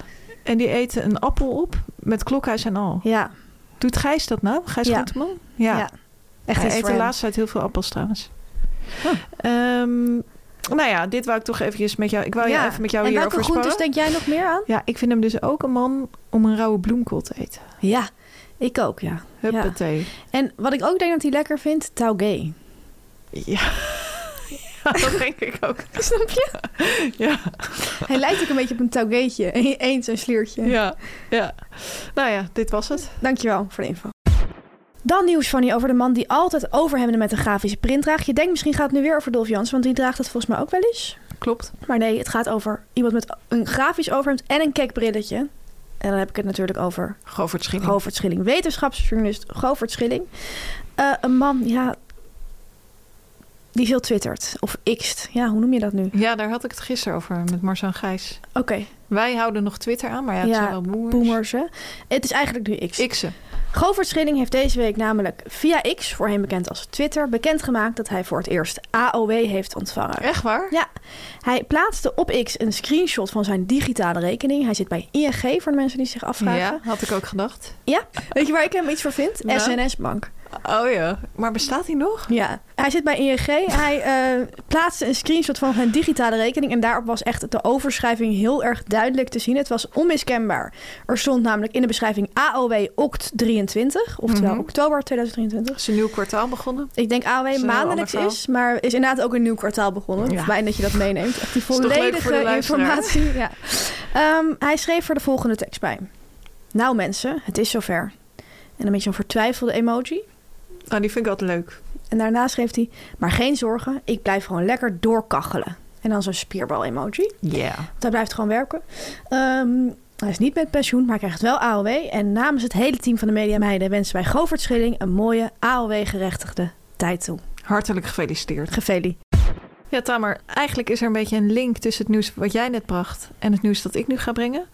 S2: en die eten een appel op met klokhuis en al.
S1: Ja,
S2: Doet Gijs dat nou? Gijs
S1: Ja.
S2: Groenteman?
S1: ja.
S2: ja.
S1: Echt
S2: Hij
S1: iets
S2: eet
S1: voor
S2: de
S1: hem.
S2: laatste tijd heel veel appels trouwens.
S1: Huh.
S2: Ehm, nou ja, dit wou ik toch eventjes met jou... Ik wou
S1: Ja.
S2: je even met jou
S1: En welke
S2: hierover
S1: groentes
S2: sparren.
S1: denk jij nog meer aan?
S2: Ja, ik vind hem dus ook een man om een rauwe bloemkool te eten.
S1: Ja, ik ook, ja.
S2: Huppatee.
S1: En wat ik ook denk dat hij lekker vindt, taugé.
S2: Ja. Ja, dat denk ik ook.
S1: Snap je?
S2: Ja.
S1: Hij lijkt ook een beetje op een taugeetje. Eens een sliertje.
S2: Ja, ja. Nou ja, dit was het.
S1: Dankjewel voor de info. Dan nieuws, Fanny, over de man die altijd overhemden met een grafische print draagt. Je denkt misschien gaat het nu weer over Dolf Jans, want die draagt dat volgens mij ook wel eens.
S2: Klopt.
S1: Maar nee, het gaat over iemand met een grafisch overhemd en een cakebrilletje. En dan heb ik het natuurlijk over
S2: Govert Schilling.
S1: Govert Schilling, wetenschapsjournalist Govert Schilling. Eh, een man, ja, die veel twittert. Of xt. Ja, hoe noem je dat nu?
S2: ja, daar had ik het gisteren over met Marcel en Gijs.
S1: Oké,
S2: Wij houden nog Twitter aan, maar ja, het
S1: Ja,
S2: zijn wel boomers.
S1: boomers, hè? Het is eigenlijk nu xt.
S2: Iksen.
S1: Govert Schilling heeft deze week namelijk via X, voorheen bekend als Twitter, bekendgemaakt dat hij voor het eerst AOW heeft ontvangen.
S2: Echt waar?
S1: Ja, hij plaatste op X een screenshot van zijn digitale rekening. Hij zit bij ING voor de mensen die zich afvragen.
S2: had ik ook gedacht.
S1: Ja, weet je waar ik hem iets voor vind?
S2: Nou.
S1: SNS Bank.
S2: Oh, Oh ja, maar bestaat hij nog?
S1: Ja, hij zit bij ING. Hij eh, plaatste een screenshot van zijn digitale rekening. En daarop was echt de overschrijving heel erg duidelijk te zien. Het was onmiskenbaar. Er stond namelijk in de beschrijving AOW OCT 23, oftewel
S2: Mhm.
S1: oktober 2023.
S2: Is een nieuw kwartaal begonnen?
S1: Ik denk AOW
S2: een heel
S1: maandelijks
S2: ander
S1: is, maar is inderdaad ook een nieuw kwartaal begonnen.
S2: Ja.
S1: Fijn dat je dat meeneemt. Echt die
S2: toch leuk voor de
S1: volledige
S2: luisteraar?
S1: informatie. Ja. Ehm, hij schreef er de volgende tekst bij. Nou mensen, het is zover. En een beetje een vertwijfelde emoji.
S2: Nou, die vind ik altijd leuk.
S1: En daarna schreef hij, maar geen zorgen, ik blijf gewoon lekker doorkachelen. En dan zo'n spierbal-emoji.
S2: Ja.
S1: Want hij blijft gewoon werken. Ehm, hij is niet met pensioen, maar hij krijgt wel AOW. En namens het hele team van de Media Meiden wensen wij Govert Schilling een mooie AOW-gerechtigde tijd toe.
S2: Hartelijk gefeliciteerd.
S1: Gefeli.
S2: Ja, Tamer, eigenlijk is er een beetje een link tussen het nieuws wat jij net bracht en het nieuws dat ik nu ga brengen.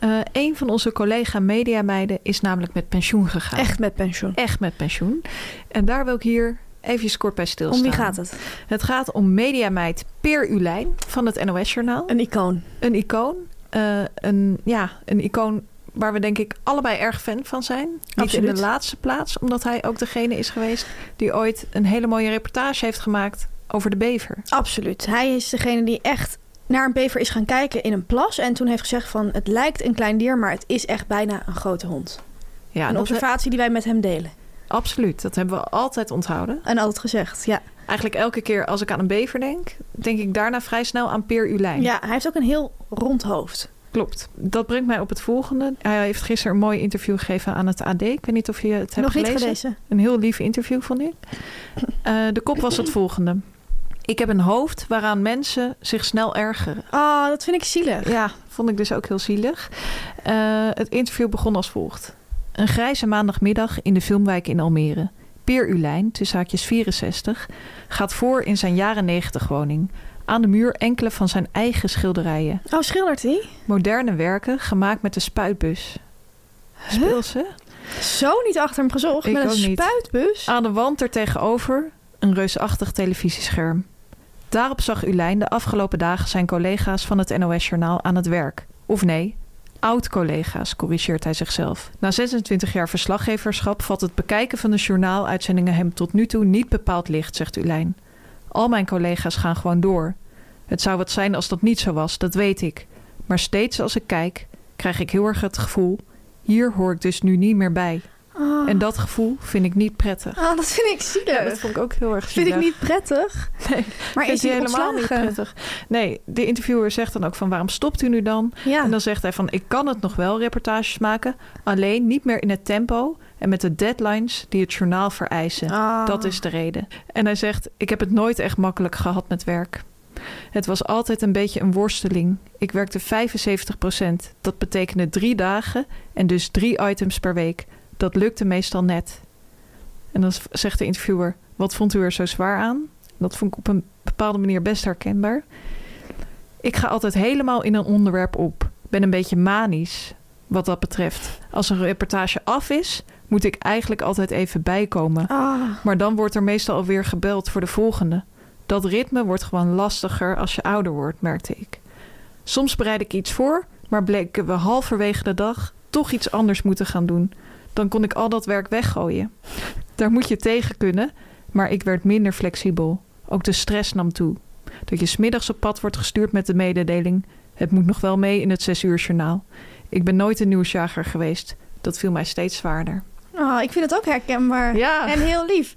S2: Eh een van onze collega mediameiden is namelijk met pensioen gegaan.
S1: Echt met pensioen.
S2: Echt met pensioen. En daar wil ik hier even kort bij stilstaan.
S1: Om wie gaat het?
S2: Het gaat om mediameid Per Ulijn van het NOS-journaal.
S1: Een icoon.
S2: Een icoon. Eh, een, ja, een icoon waar we denk ik allebei erg fan van zijn. Niet in
S1: Absoluut.
S2: de laatste plaats, omdat hij ook degene is geweest die ooit een hele mooie reportage heeft gemaakt over de bever.
S1: Absoluut. Hij is degene die echt naar een bever is gaan kijken in een plas. En toen heeft gezegd van, het lijkt een klein dier, maar het is echt bijna een grote hond.
S2: Ja,
S1: een
S2: dat,
S1: observatie die wij met hem delen.
S2: absoluut. Dat hebben we altijd onthouden.
S1: En altijd gezegd, ja.
S2: Eigenlijk elke keer als ik aan een bever denk, denk ik daarna vrij snel aan Peer Ulijn.
S1: Ja, hij heeft ook een heel rond hoofd.
S2: Klopt. Dat brengt mij op het volgende. Hij heeft gisteren een mooi interview gegeven aan het AD. Ik weet niet of je het hebt
S1: Nog niet
S2: gelezen.
S1: gelezen.
S2: Een heel lief interview vond ik. Eh, de kop was het volgende. Ik heb een hoofd waaraan mensen zich snel ergeren.
S1: Oh, dat vind ik zielig.
S2: Ja, vond ik dus ook heel zielig. Eh, het interview begon als volgt. Een grijze maandagmiddag in de filmwijk in Almere. Peer Ulijn, tussen haakjes 64, gaat voor in zijn jaren 90 woning. Aan de muur enkele van zijn eigen schilderijen.
S1: Oh, schildert hij?
S2: Moderne werken gemaakt met de spuitbus. Speels, hè?
S1: Zo niet achter hem gezocht.
S2: Ik
S1: met
S2: ook
S1: een
S2: niet. Ah.
S1: spuitbus.
S2: Aan de wand er tegenover een reusachtig televisiescherm. Daarop zag Ulijn de afgelopen dagen zijn collega's van het NOS-journaal aan het werk. Of nee, oud-collega's, corrigeert hij zichzelf. Na 26 jaar verslaggeverschap valt het bekijken van de journaaluitzendingen hem tot nu toe niet bepaald licht, zegt Ulijn. Al mijn collega's gaan gewoon door. Het zou wat zijn als dat niet zo was, dat weet ik. Maar steeds als ik kijk, krijg ik heel erg het gevoel: hier hoor ik dus nu niet meer bij.
S1: Oh.
S2: En dat gevoel vind ik niet prettig.
S1: Ah, dat vind ik zielig.
S2: Ja, dat vond ik ook heel erg
S1: dat vind ik
S2: zielig.
S1: niet prettig.
S2: Nee,
S1: Maar is
S2: Vindt
S1: hij
S2: hij helemaal
S1: ontslagen?
S2: niet prettig. Nee, de interviewer zegt dan ook van waarom stopt u nu dan?
S1: Ja.
S2: En dan zegt hij van ik kan het nog wel reportages maken, alleen niet meer in het tempo en met de deadlines die het journaal vereisen.
S1: Ah.
S2: Dat is de reden. En hij zegt ik heb het nooit echt makkelijk gehad met werk. Het was altijd een beetje een worsteling. Ik werkte 75%. Dat betekende drie dagen en dus drie items per week. Dat lukte meestal net. En dan z- zegt de interviewer: Wat vond u er zo zwaar aan? Dat vond ik op een bepaalde manier best herkenbaar. Ik ga altijd helemaal in een onderwerp op. Ben een beetje manisch wat dat betreft. Als een reportage af is, moet ik eigenlijk altijd even bijkomen.
S1: Ah.
S2: Maar dan wordt er meestal alweer gebeld voor de volgende. Dat ritme wordt gewoon lastiger als je ouder wordt, merkte ik. Soms bereid ik iets voor, maar bleken we halverwege de dag toch iets anders moeten gaan doen. Dan kon ik al dat werk weggooien. Daar moet je tegen kunnen, maar ik werd minder flexibel. Ook de stress nam toe. Dat je smiddags op pad wordt gestuurd met de mededeling: het moet nog wel mee in het zes uur journaal. Ik ben nooit een nieuwsjager geweest. Dat viel mij steeds zwaarder.
S1: Ah, ik vind het ook herkenbaar.
S2: Ja.
S1: En heel lief.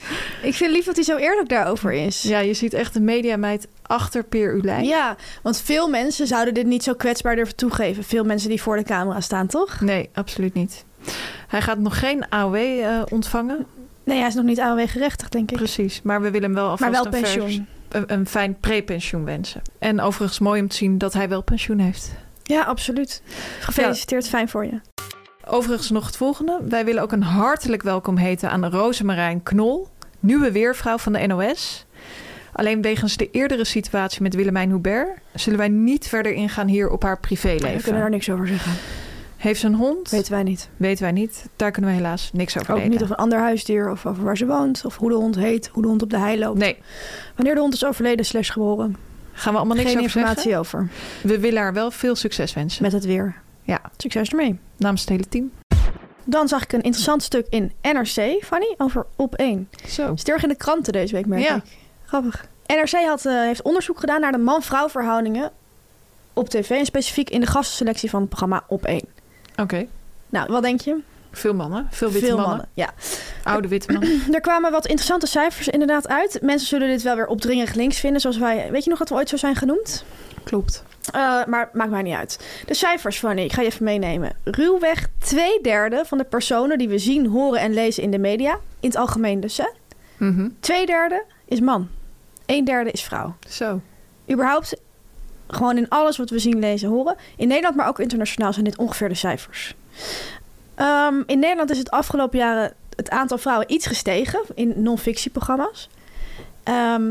S1: Ik vind het lief dat hij zo eerlijk daarover is.
S2: Ja, je ziet echt de mediameid achter Peer Ulijn.
S1: Ja, want veel mensen zouden dit niet zo kwetsbaar durven toegeven. Veel mensen die voor de camera staan, toch?
S2: Nee, absoluut niet. Hij gaat nog geen AOW eh, ontvangen,
S1: Nee, hij is nog niet AOW gerechtigd, denk ik.
S2: precies. Maar we willen hem wel
S1: Maar
S2: alvast
S1: wel
S2: een, vers-
S1: pensioen.
S2: een, een fijn prepensioen wensen. En overigens mooi om te zien dat hij wel pensioen heeft.
S1: Ja, absoluut. Gefeliciteerd, fijn voor je.
S2: Overigens nog het volgende. Wij willen ook een hartelijk welkom heten aan Rosemarijn Knol, nieuwe weervrouw van de NOS. Alleen wegens de eerdere situatie met Willemijn Hubert zullen wij niet verder ingaan hier op haar
S1: We kunnen daar
S2: privéleven.
S1: niks over zeggen.
S2: Heeft ze een hond?
S1: Weten wij niet.
S2: Weten wij niet. Daar kunnen we helaas niks over
S1: Ook
S2: weten.
S1: niet of een ander huisdier of over waar ze woont. Of hoe de hond heet, hoe de hond op de hei loopt.
S2: Nee,
S1: Wanneer de hond is overleden slash geboren.
S2: gaan we allemaal niks
S1: Geen
S2: over
S1: informatie
S2: zeggen.
S1: over.
S2: We willen haar wel veel succes wensen.
S1: Met het weer.
S2: Ja.
S1: Succes ermee.
S2: Namens het hele team.
S1: Dan zag ik een interessant stuk in NRC, Fanny, over op 1.
S2: Zo.
S1: Is het erg in de kranten deze week, merk
S2: Ja.
S1: ik. Grappig. NRC had, eh, heeft onderzoek gedaan naar de man-vrouw verhoudingen op tv... en specifiek in de gastenselectie van het programma op 1.
S2: Oké.
S1: Nou, wat denk je?
S2: Veel mannen. Veel witte mannen.
S1: Ja.
S2: Oude witte mannen.
S1: Er kwamen wat interessante cijfers inderdaad uit. Mensen zullen dit wel weer opdringerig links vinden, zoals wij... Weet je nog dat we ooit zo zijn genoemd?
S2: Klopt.
S1: Eh, maar maakt mij niet uit. De cijfers, Fanny, ik ga je even meenemen. Ruwweg twee derde van de personen die we zien, horen en lezen in de media... in het algemeen dus, hè?
S2: Mhm.
S1: Twee derde is man. Een derde is vrouw.
S2: Zo.
S1: Überhaupt, gewoon in alles wat we zien, lezen, horen. In Nederland, maar ook internationaal, zijn dit ongeveer de cijfers. Ehm, in Nederland is het afgelopen jaren het aantal vrouwen iets gestegen in non-fictieprogramma's. Ehm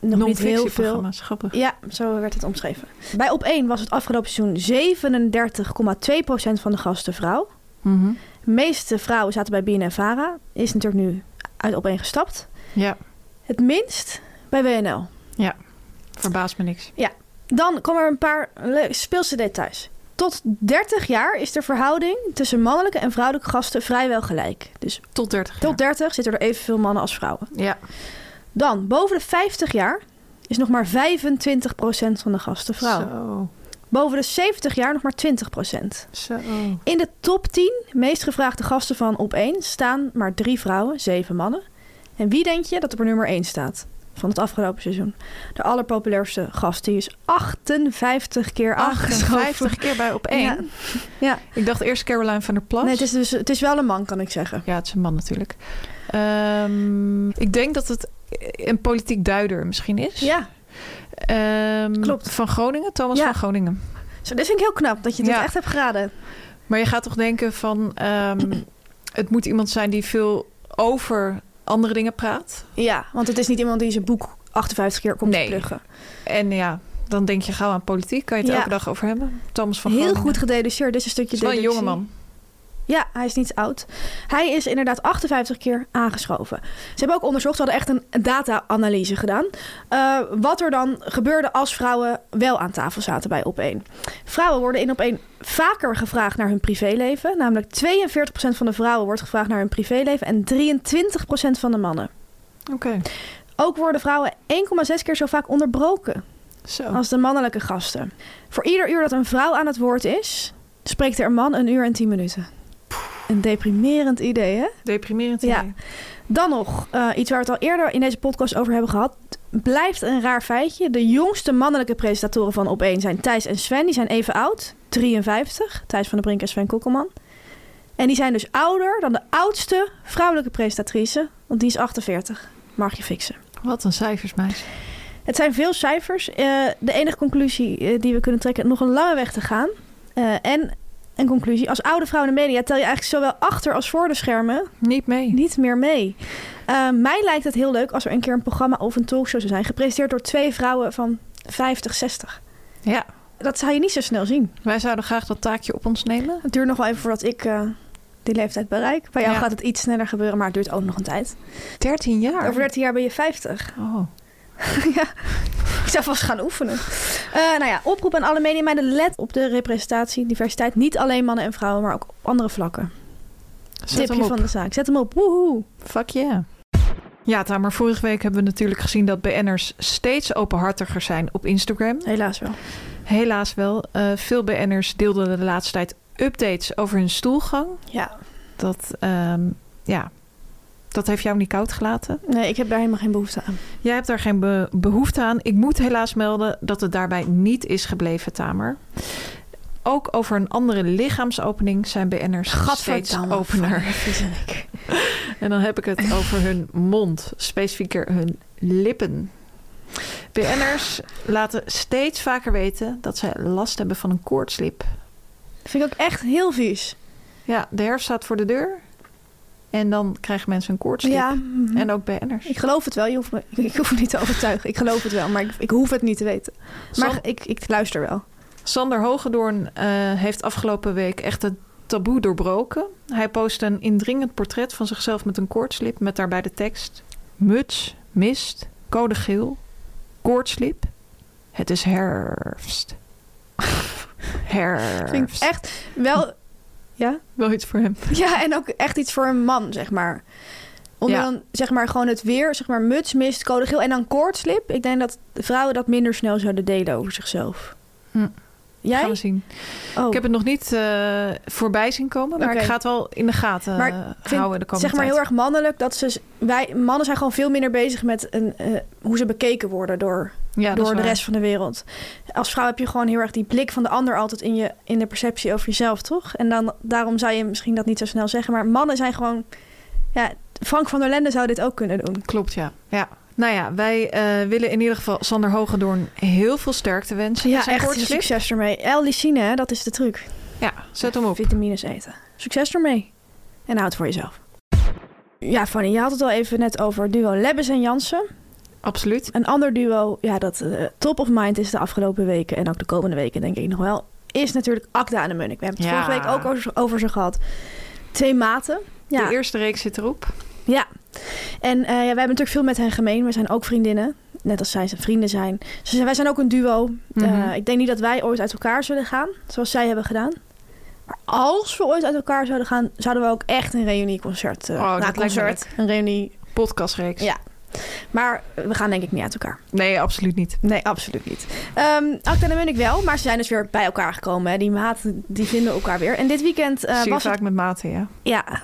S1: nog niet heel veel.
S2: Non-fictieprogramma's. Grappig.
S1: Ja, zo werd het omschreven. Bij op 1 was het afgelopen seizoen 37,2% van de gasten vrouw.
S2: Mhm.
S1: De meeste vrouwen zaten bij BNN Vara. Is natuurlijk nu uit op 1 gestapt.
S2: Ja.
S1: Het minst bij WNL.
S2: Verbaast me niks.
S1: Dan komen er een paar leuke speelse details. Tot 30 jaar is de verhouding tussen mannelijke en vrouwelijke gasten vrijwel gelijk. Dus
S2: Tot 30
S1: tot 30 zitten er evenveel mannen als vrouwen.
S2: Ja.
S1: Dan, boven de 50 jaar is nog maar 25% van de gasten vrouw.
S2: Zo.
S1: Boven de 70 jaar nog maar 20%.
S2: Zo.
S1: In de top 10 meest gevraagde gasten van op 1 staan maar drie vrouwen, zeven mannen. En wie denk je dat op nummer 1 staat van het afgelopen seizoen? De allerpopulairste gast, die is 58 keer aangeschoven.
S2: 58 keer bij op één.
S1: Ja. Ja.
S2: Ik dacht eerst Caroline van der Plas.
S1: Nee, het is, dus, het is wel een man, kan ik zeggen.
S2: Ja, het is een man natuurlijk. Ehm, ik denk dat het een politiek duider misschien is.
S1: Ja,
S2: Ehm,
S1: Klopt.
S2: Van Groningen, Thomas
S1: Ja.
S2: van Groningen.
S1: zo, dit vind ik heel knap dat je dit
S2: Ja.
S1: echt hebt geraden.
S2: Maar je gaat toch denken van... ehm, het moet iemand zijn die veel over andere dingen praat.
S1: Ja, want het is niet iemand die zijn boek 58 keer komt
S2: Nee.
S1: te pluggen.
S2: En ja, dan denk je gauw aan politiek. Kan je het
S1: Ja.
S2: elke dag over hebben? Thomas van
S1: Heel
S2: Groningen.
S1: goed gededuceerd. Dit is een
S2: Het
S1: stukje
S2: is wel een
S1: deductie.
S2: jongeman.
S1: Ja, hij is niet oud. Hij is inderdaad 58 keer aangeschoven. Ze hebben ook onderzocht, ze hadden echt een data-analyse gedaan. eh, wat er dan gebeurde als vrouwen wel aan tafel zaten bij Opeen. Vrouwen worden in Opeen vaker gevraagd naar hun privéleven. Namelijk 42% van de vrouwen wordt gevraagd naar hun privéleven en 23% van de mannen.
S2: Oké,
S1: Ook worden vrouwen 1,6 keer zo vaak onderbroken
S2: zo.
S1: als de mannelijke gasten. Voor ieder uur dat een vrouw aan het woord is, spreekt er een man een uur en tien minuten. Een deprimerend idee, hè?
S2: Deprimerend
S1: Ja.
S2: idee.
S1: Dan nog, eh, iets waar we het al eerder in deze podcast over hebben gehad. Het Blijft een raar feitje. De jongste mannelijke presentatoren van Opeen zijn Thijs en Sven. Die zijn even oud, 53. Thijs van der Brink en Sven Kokkelman. En die zijn dus ouder dan de oudste vrouwelijke presentatrice. Want die is 48. Mag je fixen.
S2: Wat een cijfersmeisje.
S1: Het zijn veel cijfers. Eh, de enige conclusie eh, die we kunnen trekken, nog een lange weg te gaan. Eh, en een conclusie, als oude vrouw in de media tel je eigenlijk zowel achter als voor de schermen
S2: Niet mee.
S1: niet meer mee. Eh, mij lijkt het heel leuk als er een keer een programma of een talkshow zou zijn, gepresenteerd door twee vrouwen van 50, 60.
S2: Ja,
S1: Dat zou je niet zo snel zien.
S2: wij zouden graag dat taakje op ons nemen.
S1: Het duurt nog wel even voordat ik eh, die leeftijd bereik. Bij jou
S2: Ja.
S1: gaat het iets sneller gebeuren, maar het duurt ook nog een tijd.
S2: 13 jaar.
S1: Over 13 jaar ben je 50.
S2: Oh.
S1: Ik zou vast gaan oefenen. Eh, nou ja, oproep aan alle media meiden. Let op de representatie, diversiteit. Niet alleen mannen en vrouwen, maar ook op andere vlakken.
S2: Zet hem
S1: Tipje
S2: op.
S1: van de zaak. Zet hem op. Woehoe.
S2: Fuck yeah. Ja, Tamer, vorige week hebben we natuurlijk gezien dat BN'ers steeds openhartiger zijn op Instagram.
S1: Helaas wel.
S2: Helaas wel. eh, veel BN'ers deelden de laatste tijd updates over hun stoelgang.
S1: Ja.
S2: Dat, ehm, ja, dat heeft jou niet koud gelaten.
S1: Nee, ik heb daar helemaal geen behoefte aan.
S2: Jij hebt daar geen be- behoefte aan. Ik moet helaas melden dat het daarbij niet is gebleven, Tamer. Ook over een andere lichaamsopening zijn BN'ers steeds
S1: Gadverdamme.
S2: opener.
S1: Van Vries en ik.
S2: En dan heb ik het over hun mond, specifieker hun lippen. BN'ers laten steeds vaker weten dat zij last hebben van een koortslip.
S1: Vind ik ook echt heel vies.
S2: Ja, de herfst staat voor de deur. En dan krijgen mensen een koortslip.
S1: Ja. mhm.
S2: En ook BN'ers.
S1: Ik geloof het wel. Je hoeft me, ik hoef me niet te overtuigen. Ik geloof het wel, maar ik, ik hoef het niet te weten. Maar
S2: San-
S1: ik, ik luister wel.
S2: Sander Hogedoorn eh, heeft afgelopen week echt het taboe doorbroken. Hij postte een indringend portret van zichzelf met een koortslip... met daarbij de tekst... Muts, mist, code geel, koortslip. Het is herfst. herfst.
S1: Vind ik echt wel Ja?
S2: Wel iets voor hem.
S1: Ja, en ook echt iets voor een man, zeg maar. Om
S2: Ja.
S1: dan zeg maar gewoon het weer, zeg maar muts, mist, code geel en dan koortslip. Ik denk dat de vrouwen dat minder snel zouden delen over zichzelf.
S2: Hm. Gaan
S1: Jij?
S2: we zien.
S1: Oh.
S2: Ik heb het nog niet eh, voorbij zien komen, maar
S1: Oké.
S2: ik ga het wel in de gaten
S1: Maar
S2: eh,
S1: Ik vind
S2: houden de komende
S1: zeg maar
S2: tijd.
S1: heel erg mannelijk dat ze wij mannen zijn gewoon veel minder bezig met een, eh, hoe ze bekeken worden door,
S2: ja, dat is
S1: door de
S2: waar.
S1: rest van de wereld. Als vrouw heb je gewoon heel erg die blik van de ander altijd in je in de perceptie over jezelf, toch? En dan daarom zou je misschien dat niet zo snel zeggen, maar mannen zijn gewoon ja, Frank van der Lende zou dit ook kunnen doen.
S2: Klopt, ja. ja. Nou ja, wij eh, willen in ieder geval Sander Hogendoorn heel veel sterkte wensen. met
S1: Ja,
S2: zijn
S1: echt
S2: koortslip.
S1: succes ermee. L-lysine, hè, dat is de truc.
S2: Ja, zet hem op.
S1: Vitamines eten. Succes ermee. En houd het voor jezelf. Ja, Fanny, je had het al even net over duo Lebbes en Jansen.
S2: Absoluut.
S1: Een ander duo, ja, dat eh, top of mind is de afgelopen weken en ook de komende weken, denk ik nog wel, is natuurlijk Akda en de Munnik. We hebben het
S2: Ja.
S1: vorige week ook over, over ze gehad. Twee maten. Ja.
S2: De eerste reeks zit erop.
S1: ja. En eh, ja, wij hebben natuurlijk veel met hen gemeen. We zijn ook vriendinnen. Net als zij zijn vrienden zijn. Ze zijn- wij zijn ook een duo. Eh,
S2: Mhm.
S1: ik denk niet dat wij ooit uit elkaar zullen gaan, zoals zij hebben gedaan. Maar als we ooit uit elkaar zouden gaan, zouden we ook echt een reunieconcert. eh
S2: Oh, dat
S1: nou,
S2: lijkt me
S1: concert. Een reunie.
S2: Podcastreeks.
S1: Ja. Maar we gaan denk ik niet uit elkaar.
S2: Nee, absoluut niet.
S1: Nee, absoluut niet. Ehm Acta en ik wel, maar ze zijn dus weer bij elkaar gekomen. Hè. Die maten die vinden elkaar weer. En dit weekend eh,
S2: Zie je
S1: was
S2: vaak
S1: het...
S2: met maten, ja.
S1: Ja,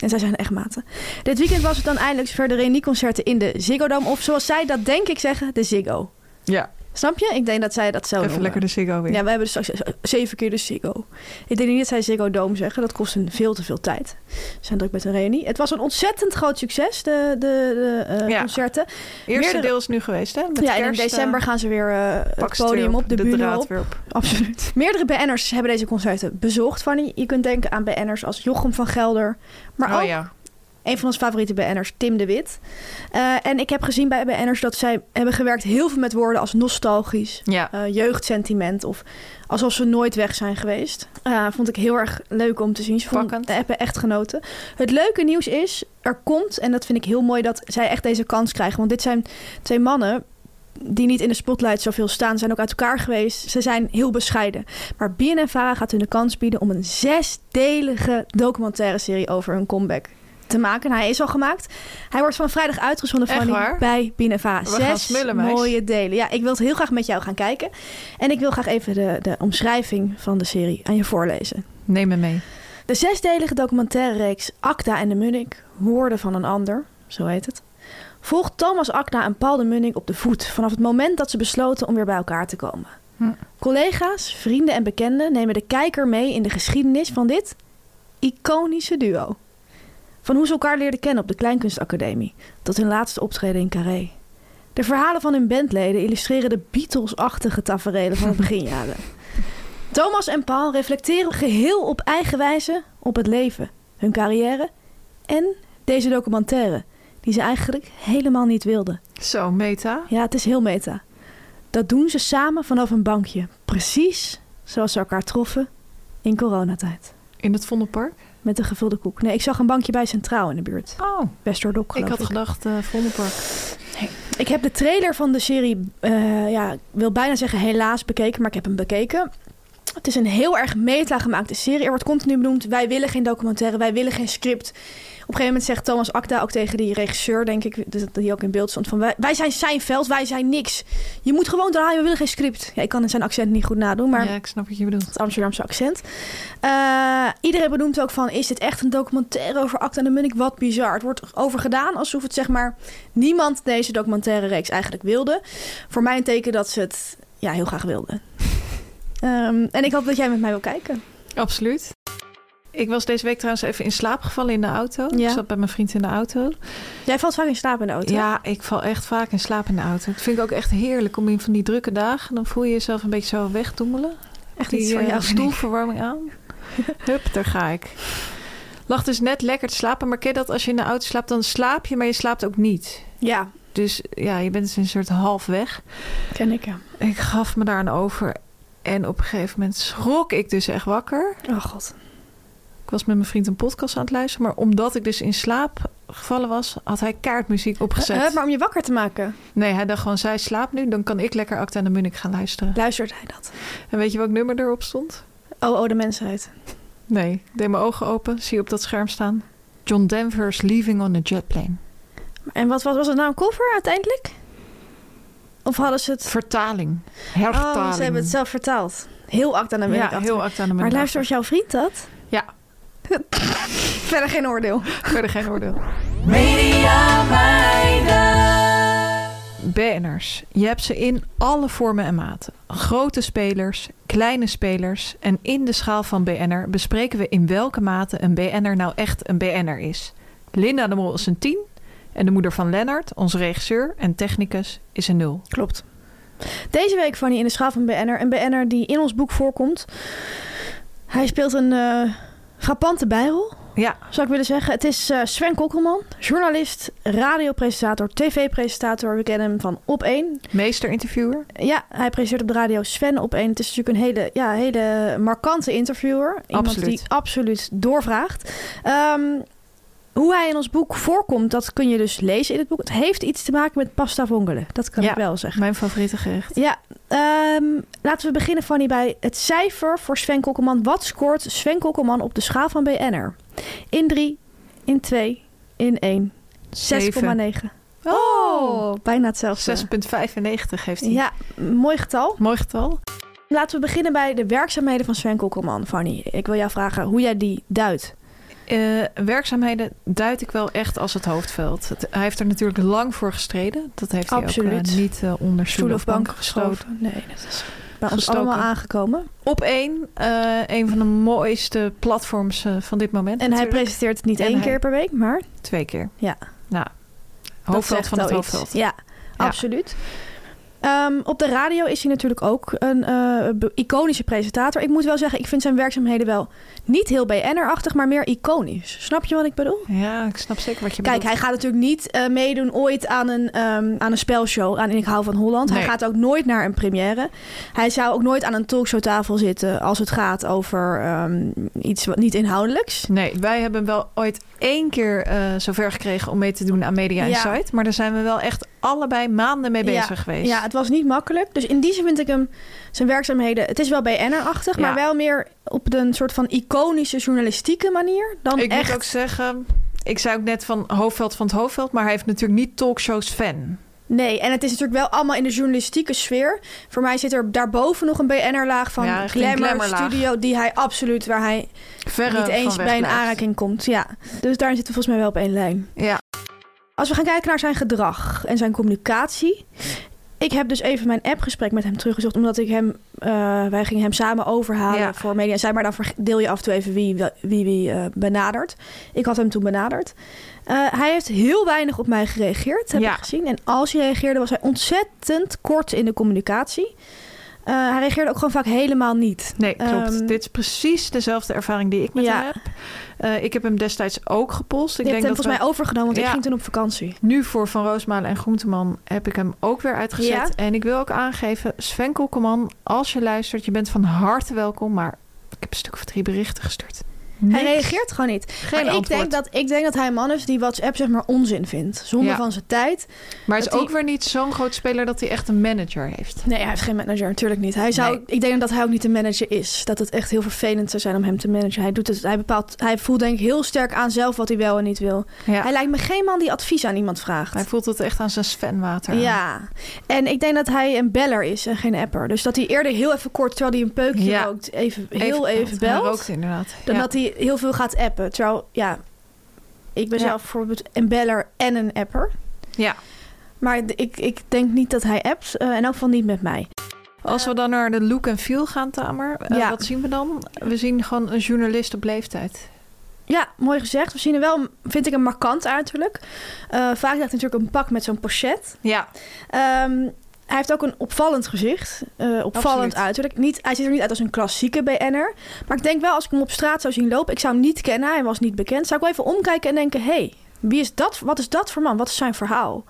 S1: en zij zijn echt maten. Dit weekend was het dan eindelijk zover de reunieconcerten in de Ziggo Dome. Of zoals zij dat denk ik zeggen, de Ziggo.
S2: Ja,
S1: Snap je? Ik denk dat zij dat zo
S2: even
S1: noemen.
S2: lekker de Ziggo weer.
S1: Oh, Ja, we hebben dus straks zeven keer de Ziggo. Ik denk niet dat zij Ziggo Dome zeggen. Dat kost hun veel te veel tijd. Ze zijn druk met een reunie. Het was een ontzettend groot succes, de, de, de eh,
S2: Ja.
S1: concerten.
S2: Eerste
S1: meerdere-
S2: deel is nu geweest, hè? Met
S1: ja, en in
S2: kerst, eh,
S1: december gaan ze weer eh,
S2: pak
S1: het
S2: ze het weer
S1: podium op, de,
S2: de
S1: bühne
S2: draad
S1: op.
S2: weer op.
S1: Absoluut. Meerdere BN'ers hebben deze concerten bezocht, Fanny. Je kunt denken aan BN'ers als Jochem van Gelder. Maar
S2: oh
S1: ook
S2: ja,
S1: een van onze favoriete BN'ers, Tim de Wit. Eh, en ik heb gezien bij BN'ers dat zij hebben gewerkt heel veel met woorden als nostalgisch,
S2: ja.
S1: eh, jeugdsentiment of alsof ze nooit weg zijn geweest. Eh, vond ik heel erg leuk om te zien. Ze vonden-
S2: Pakkend.
S1: hebben echt genoten. Het leuke nieuws is, er komt, en dat vind ik heel mooi, dat zij echt deze kans krijgen. Want dit zijn twee mannen die niet in de spotlight zoveel staan, zijn ook uit elkaar geweest. Ze zijn heel bescheiden. Maar BNNVARA gaat hun de kans bieden om een zesdelige documentaire serie over hun comeback te maken. En hij is al gemaakt. Hij wordt van vrijdag uitgezonden
S2: Echt
S1: van
S2: waar?
S1: bij BNNVARA.
S2: We gaan
S1: Zes
S2: smullen, meis.
S1: mooie delen. Ja, ik wil het heel graag met jou gaan kijken. En ik wil graag even de, de omschrijving van de serie aan je voorlezen.
S2: Neem me mee.
S1: De zesdelige documentaire reeks Acta en de Munnik, Woorden van een ander, zo heet het, volgt Thomas Acta en Paul de Munnik op de voet vanaf het moment dat ze besloten om weer bij elkaar te komen.
S2: Hm.
S1: Collega's, vrienden en bekenden nemen de kijker mee in de geschiedenis van dit iconische duo. Van hoe ze elkaar leerden kennen op de Kleinkunstacademie tot hun laatste optreden in Carré. De verhalen van hun bandleden illustreren de Beatles-achtige taferelen van de beginjaren. Thomas en Paul reflecteren geheel op eigen wijze op het leven, hun carrière en deze documentaire, die ze eigenlijk helemaal niet wilden.
S2: Zo, meta.
S1: Ja, het is heel meta. Dat doen ze samen vanaf een bankje, precies zoals ze elkaar troffen in coronatijd.
S2: In het Vondelpark.
S1: Met een gevulde koek. Nee, ik zag een bankje bij Centraal in de buurt.
S2: Oh,
S1: Westerdok,
S2: ik
S1: geloof
S2: had gedacht eh Vondelpark.
S1: Ik heb de trailer van de serie, eh, ja, ik wil bijna zeggen helaas bekeken, maar ik heb hem bekeken. Het is een heel erg meta gemaakte serie. Er wordt continu benoemd, wij willen geen documentaire, wij willen geen script. Op een gegeven moment zegt Thomas Akda ook tegen die regisseur, denk ik, dus dat die ook in beeld stond, van wij, wij zijn zijn veld, wij zijn niks. Je moet gewoon draaien, we willen geen script. Ja, ik kan zijn accent niet goed nadoen, maar
S2: Ja, ik snap wat je bedoelt.
S1: het Amsterdamse accent. Eh, iedereen benoemt ook van, is dit echt een documentaire over Acta en de Munnik? Wat bizar. Het wordt over gedaan alsof het zeg maar niemand deze documentaire reeks eigenlijk wilde. Voor mij een teken dat ze het ja, heel graag wilden. Ehm, en ik hoop dat jij met mij wil kijken.
S2: Absoluut. Ik was deze week trouwens even in slaap gevallen in de auto.
S1: Ja.
S2: Ik zat bij mijn vriend in de auto.
S1: Jij valt vaak in slaap in de auto.
S2: Ja, ik val echt vaak in slaap in de auto. Dat vind ik ook echt heerlijk om in van die drukke dagen. Dan voel je jezelf een beetje zo wegdoemelen.
S1: echt
S2: die
S1: iets voor
S2: eh,
S1: jou.
S2: stoelverwarming aan. Hup, daar ga ik. Lag dus net lekker te slapen. Maar ken je dat als je in de auto slaapt, dan slaap je, maar je slaapt ook niet.
S1: Ja,
S2: Dus ja, je bent dus een soort half weg.
S1: ken ik ja.
S2: Ik gaf me daaraan over. En op een gegeven moment schrok ik dus echt wakker.
S1: Oh god.
S2: Ik was met mijn vriend een podcast aan het luisteren. Maar omdat ik dus in slaap gevallen was, had hij kaartmuziek opgezet.
S1: Eh, maar om je wakker te maken,
S2: Nee, hij dacht gewoon, zij slaapt nu. Dan kan ik lekker Acta en de Munnik gaan luisteren.
S1: luistert hij dat.
S2: En weet je welk nummer erop stond?
S1: Oh, oh, de mensheid.
S2: Nee, ik deed mijn ogen open, zie op dat scherm staan. John Denver's Leaving on a Jet Plane.
S1: En wat was, was het nou een cover uiteindelijk? Of hadden ze het...
S2: Vertaling. Hertaling.
S1: Oh, ze hebben het zelf vertaald. Heel act aan de
S2: ja,
S1: middag.
S2: heel act aan de
S1: maar
S2: middag.
S1: luister, was jouw vriend dat?
S2: Ja,
S1: Verder geen oordeel.
S2: verder geen oordeel.
S3: Media meiden.
S2: BN'ers. Je hebt ze in alle vormen en maten. Grote spelers, kleine spelers en in de schaal van BN'er bespreken we in welke mate een BN'er nou echt een BN'er is. Linda de Mol is een 10 en de moeder van Lennart, onze regisseur en technicus, is een 0.
S1: Klopt. Deze week, Fanny, in de schaal van BN'er. Een BN'er die in ons boek voorkomt. Hij speelt een eh, frappante bijrol,
S2: Ja,
S1: zou ik willen zeggen. Het is eh, Sven Kokkelman, journalist, radiopresentator, tv-presentator. We kennen hem van Op1.
S2: meester-interviewer.
S1: Ja, hij presenteert op de radio Sven op één. Het is natuurlijk een hele, ja, hele markante interviewer. Iemand
S2: Absoluut.
S1: die absoluut doorvraagt. Ehm, hoe hij in ons boek voorkomt, dat kun je dus lezen in het boek. Het heeft iets te maken met pasta vongelen. Dat kan
S2: Ja.
S1: ik wel zeggen.
S2: Mijn favoriete gerecht.
S1: Ja, ehm, laten we beginnen, Fanny, bij het cijfer voor Sven Kokkelman. Wat scoort Sven Kokkelman op de schaal van BNR? In 3, in 2, in 1. 6,9. Oh, bijna
S2: eh,
S1: hetzelfde.
S2: 6,95 heeft hij.
S1: Ja, mooi getal.
S2: Mooi getal.
S1: Laten we beginnen bij de werkzaamheden van Sven Kokkelman, Fanny. Ik wil jou vragen hoe jij die duidt.
S2: Eh, werkzaamheden duid ik wel echt als het hoofdveld. Het- hij heeft er natuurlijk lang voor gestreden. Dat heeft hij ook
S1: Absoluut.
S2: eh, niet eh, onder stoel
S1: Stoelen
S2: of bank gestoten.
S1: Nee, dat is bij ons
S2: Gestoken.
S1: allemaal aangekomen.
S2: Op één, eh, een van de mooiste platforms eh, van dit
S1: En
S2: moment.
S1: hij
S2: natuurlijk.
S1: presenteert het niet
S2: En
S1: één
S2: hij-
S1: keer per week, maar dat
S2: twee keer.
S1: Ja.
S2: Nou, hoofdveld
S1: zegt
S2: van het
S1: al iets.
S2: hoofdveld.
S1: Ja,
S2: Ja.
S1: absoluut. Ehm, op de radio is hij natuurlijk ook een eh, be- iconische presentator. Ik moet wel zeggen, ik vind zijn werkzaamheden wel niet heel BN'er-achtig, maar meer iconisch. Snap je wat ik bedoel?
S2: Ja, ik snap zeker wat je
S1: Kijk,
S2: bedoelt.
S1: hij gaat natuurlijk niet eh, meedoen ooit aan een, ehm, aan een spelshow, aan Ik hou van Holland. Hij
S2: Nee.
S1: gaat ook nooit naar een première. Hij zou ook nooit aan een talkshowtafel zitten als het gaat over ehm, iets wat niet inhoudelijks.
S2: Nee, wij hebben wel ooit één keer eh, zover gekregen om mee te doen aan Media
S1: Ja.
S2: Insight. Maar daar zijn we wel echt allebei maanden mee
S1: Ja.
S2: bezig geweest.
S1: Ja, het was niet makkelijk. Dus in die zin vind ik hem zijn werkzaamheden. Het is wel BN'er-achtig, maar
S2: Ja.
S1: wel meer op een soort van iconische journalistieke manier dan
S2: ik
S1: echt.
S2: moet ook zeggen, ik zei ook net van hoofdveld van het hoofdveld. Maar hij heeft natuurlijk niet talkshows fan.
S1: Nee, en het is natuurlijk wel allemaal in de journalistieke sfeer. Voor mij zit er daarboven nog een BN'er-laag van
S2: Ja, echt een
S1: glamour,
S2: glamourlaag.
S1: studio die hij absoluut waar hij
S2: Verre
S1: niet eens
S2: van
S1: bij een
S2: wegblijft.
S1: aanraking komt. Ja. Dus daar zitten we volgens mij wel op één lijn.
S2: Ja,
S1: Als we gaan kijken naar zijn gedrag en zijn communicatie. Ik heb dus even mijn appgesprek met hem teruggezocht. Omdat ik hem, eh, wij gingen hem samen overhalen
S2: Ja.
S1: voor media. En zij maar dan verge- deel je af en toe even wie wie, wie, eh, benadert. Ik had hem toen benaderd. Eh, hij heeft heel weinig op mij gereageerd, heb
S2: Ja.
S1: ik gezien. En als hij reageerde was hij ontzettend kort in de communicatie. Eh, hij reageerde ook gewoon vaak helemaal niet.
S2: nee, klopt.
S1: Ehm,
S2: Dit is precies dezelfde ervaring die ik met
S1: ja.
S2: hem heb. Eh, ik heb hem destijds ook gepolst. Ik
S1: Je hebt
S2: denk
S1: hem
S2: dat
S1: volgens
S2: we-
S1: mij overgenomen, want ik
S2: Ja.
S1: ging toen op vakantie.
S2: nu voor Van Roosmalen en Groenteman heb ik hem ook weer uitgezet.
S1: Ja.
S2: En ik wil ook aangeven, Sven Kokkelman, als je luistert, je bent van harte welkom. Maar ik heb een stuk of drie berichten gestuurd.
S1: Hij
S2: Niks.
S1: reageert gewoon niet.
S2: Geen
S1: maar ik denk,
S2: antwoord.
S1: dat, ik denk dat hij een man is die WhatsApp zeg maar onzin vindt. Zonde
S2: Ja.
S1: van zijn tijd.
S2: maar hij is
S1: dat hij-
S2: ook weer niet zo'n groot speler dat hij echt een manager heeft.
S1: Nee, hij heeft geen manager. Natuurlijk niet. Hij zou,
S2: Nee.
S1: Ik denk dat hij ook niet de manager is. Dat het echt heel vervelend zou zijn om hem te managen. Hij, doet het, hij, bepaalt, hij voelt denk ik heel sterk aan zelf wat hij wel en niet wil.
S2: Ja.
S1: Hij lijkt me geen man die advies aan iemand vraagt.
S2: Hij voelt het echt aan zijn Svenwater. aan.
S1: Ja, en ik denk dat hij een beller is en geen apper. Dus dat hij eerder heel even kort, terwijl hij een peukje
S2: Ja.
S1: rookt, even, heel
S2: belt.
S1: even, belt.
S2: Hij rookt inderdaad.
S1: Dan
S2: Ja.
S1: dat hij heel veel gaat appen. Terwijl, ja, ik ben
S2: Ja.
S1: zelf bijvoorbeeld een beller en een apper.
S2: Ja.
S1: Maar d- ik, ik denk niet dat hij appt. eh, en ook van niet met mij.
S2: Als we dan naar de look en feel gaan, Tamer, eh,
S1: Ja.
S2: wat zien we dan? We zien gewoon een journalist op leeftijd.
S1: Ja, mooi gezegd. We zien er wel, vind ik, een markant uiterlijk. Eh, vaak draagt hij natuurlijk een pak met zo'n pochet.
S2: Ja,
S1: Ehm, hij heeft ook een opvallend gezicht. eh, opvallend
S2: Absoluut.
S1: uiterlijk. Niet, hij ziet er niet uit als een klassieke BN'er. Maar ik denk wel, als ik hem op straat zou zien lopen... ik zou hem niet kennen, hij was niet bekend... zou ik wel even omkijken en denken... hey, wie is dat? Wat is dat voor man? Wat is zijn verhaal?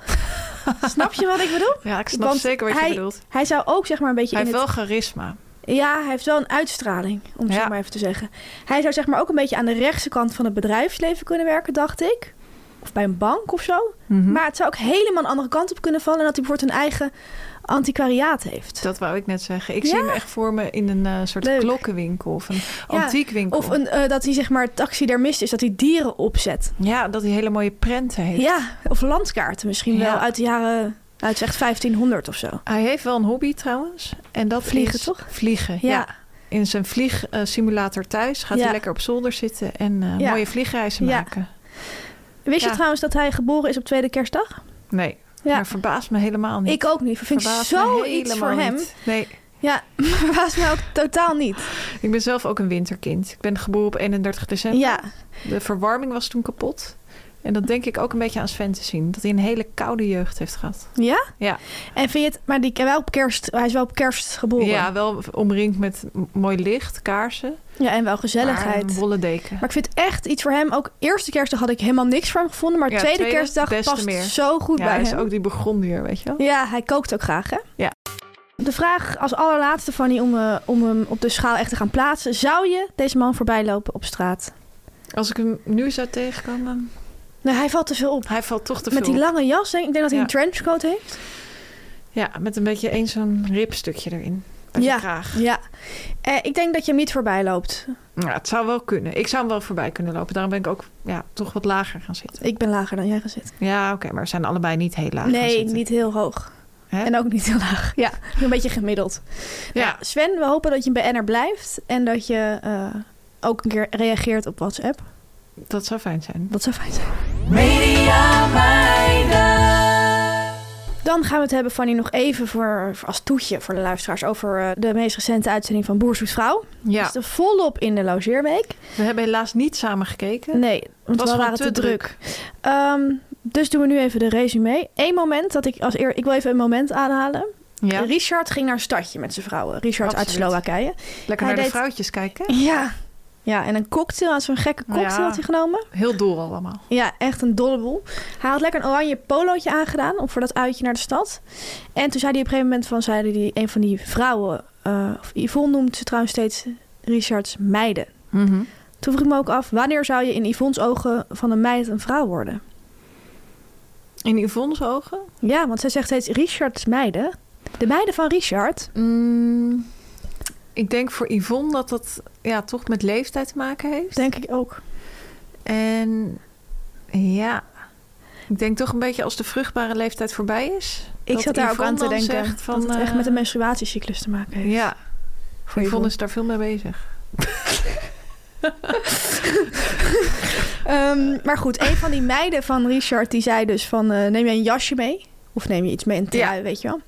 S1: Snap je wat ik bedoel?
S2: ja ik snap
S1: Want
S2: zeker wat
S1: hij-
S2: je bedoelt.
S1: Hij zou ook zeg maar een beetje
S2: Hij
S1: in
S2: heeft
S1: het...
S2: wel charisma.
S1: Ja, hij heeft wel een uitstraling, om het
S2: Ja.
S1: zo maar even te zeggen. Hij zou zeg maar ook een beetje aan de rechtse kant van het bedrijfsleven kunnen werken, dacht ik.
S2: Mhm.
S1: Of bij een bank of zo. Maar het zou ook helemaal een andere kant op kunnen vallen. En dat hij bijvoorbeeld een eigen antiquariaat heeft.
S2: Dat wou ik net zeggen. Ik
S1: Ja.
S2: zie hem echt voor me in een eh, soort
S1: Leuk.
S2: klokkenwinkel of een
S1: Ja,
S2: antiekwinkel.
S1: Of een, eh, dat hij zeg maar taxidermist is, dat hij dieren opzet.
S2: Ja, dat hij hele mooie prenten heeft.
S1: Ja, of landkaarten misschien
S2: Ja.
S1: wel uit de jaren, uit echt 1500 of zo.
S2: Hij heeft wel een hobby trouwens. En dat
S1: Vliegen,
S2: is
S1: toch?
S2: Vliegen, ja.
S1: Ja.
S2: In zijn vliegsimulator thuis gaat hij
S1: Ja.
S2: lekker op zolder zitten en eh,
S1: Ja.
S2: mooie vliegreizen
S1: Ja.
S2: maken.
S1: Wist
S2: Ja.
S1: je trouwens dat hij geboren is op tweede kerstdag?
S2: Nee,
S1: Ja.
S2: maar verbaast me helemaal niet.
S1: Ik ook niet. Vind ik
S2: Verbaast me
S1: zoiets voor
S2: helemaal
S1: hem.
S2: niet. Nee,
S1: Ja, verbaast mij ook totaal niet.
S2: ik ben zelf ook een winterkind. Ik ben geboren op 31 december.
S1: Ja,
S2: De verwarming was toen kapot. En dat denk ik ook een beetje aan Sven te zien. Dat hij een hele koude jeugd heeft gehad.
S1: ja.
S2: Ja,
S1: En vind je het, maar die, wel op kerst, hij is wel op kerst geboren.
S2: ja wel omringd met m- mooi licht, kaarsen.
S1: Ja, en wel
S2: Maar ehm,
S1: gezelligheid.
S2: een
S1: Maar,
S2: wollen deken.
S1: ik vind echt iets voor hem. Ook eerste kerstdag had ik helemaal niks voor hem gevonden. Maar
S2: Ja,
S1: tweede,
S2: tweede, des
S1: kerstdag
S2: te
S1: past
S2: meer.
S1: zo goed
S2: Ja,
S1: bij
S2: hij is
S1: hem.
S2: ook die begondier, weet je wel.
S1: Ja, hij kookt ook graag, hè?
S2: Ja.
S1: De vraag als allerlaatste, Fanny, om, eh, om hem op de schaal echt te gaan plaatsen. Zou je deze man voorbij lopen op straat?
S2: Als ik hem nu zou tegenkomen,
S1: Nou, hij valt te veel op.
S2: hij valt toch te
S1: Met
S2: veel.
S1: die lange jas, denk ik. Ik denk dat hij
S2: Ja.
S1: een trenchcoat heeft.
S2: Ja, met een beetje eens zo'n ribstukje erin. Bij ja.
S1: Ja.
S2: kraag.
S1: Ja. Eh, ik denk dat je hem niet voorbij loopt.
S2: Ja, het zou wel kunnen. Ik zou hem wel voorbij kunnen lopen. Daarom ben ik ook ja, toch wat lager gaan zitten.
S1: Ik ben lager dan jij gaan zitten.
S2: Ja, oké, maar we zijn allebei niet heel laag gaan
S1: nee,
S2: zitten.
S1: niet heel hoog.
S2: Hè?
S1: En ook niet heel laag. Ja, een beetje gemiddeld. Nou,
S2: Ja.
S1: Sven, we hopen dat je bij Enner blijft. En dat je eh, ook een keer reageert op WhatsApp.
S2: Dat zou fijn zijn.
S1: Dat zou fijn zijn.
S3: Media meiden.
S1: Dan gaan we het hebben, Fanny, nog even voor, voor als toetje voor de luisteraars... over eh, de meest recente uitzending van Boer Zoekt Vrouw.
S2: Ja,
S1: Dus de volop in de logeerweek.
S2: we hebben helaas niet samen gekeken.
S1: Nee, want we
S2: gewoon
S1: waren te, druk. Ehm, dus doen we nu even de resume. Eén moment dat ik als eer... Ik wil even een moment aanhalen.
S2: Ja,
S1: Richard ging naar een stadje met zijn vrouwen. Richard uit
S2: Absoluut.
S1: Slowakije.
S2: lekker
S1: hij
S2: naar de
S1: deed-
S2: vrouwtjes kijken.
S1: Ja. Ja, en een cocktail. Had zo'n gekke cocktail
S2: Ja.
S1: had hij genomen.
S2: Heel dol allemaal.
S1: Ja, echt een dolle boel. Hij had lekker een oranje polootje aangedaan op voor dat uitje naar de stad. En toen zei hij op een gegeven moment van, zeiden die een van die vrouwen, eh, of Yvonne noemt ze trouwens steeds Richards meiden.
S2: Mhm.
S1: Toen vroeg ik me ook af, wanneer zou je in Yvonne's ogen van een meid een vrouw worden?
S2: In Yvonne's ogen?
S1: Ja, want zij zegt steeds Richards meiden. De meiden van Richard.
S2: Mm, ik denk voor Yvonne dat dat ja, toch met leeftijd te maken heeft.
S1: Denk ik ook.
S2: En ja, ik denk toch een beetje als de vruchtbare leeftijd voorbij is.
S1: Ik
S2: dat
S1: zat daar ook
S2: Yvonne
S1: aan te
S2: dan
S1: denken.
S2: zegt van,
S1: dat het echt
S2: eh,
S1: met de menstruatiecyclus te maken heeft.
S2: Ja,
S1: voor
S2: Yvonne
S1: Yvonne.
S2: is daar veel mee bezig.
S1: Ehm, maar goed, een van die meiden van Richard die zei dus van eh, neem je een jasje mee? Of neem je iets mee, een trui, weet je wel?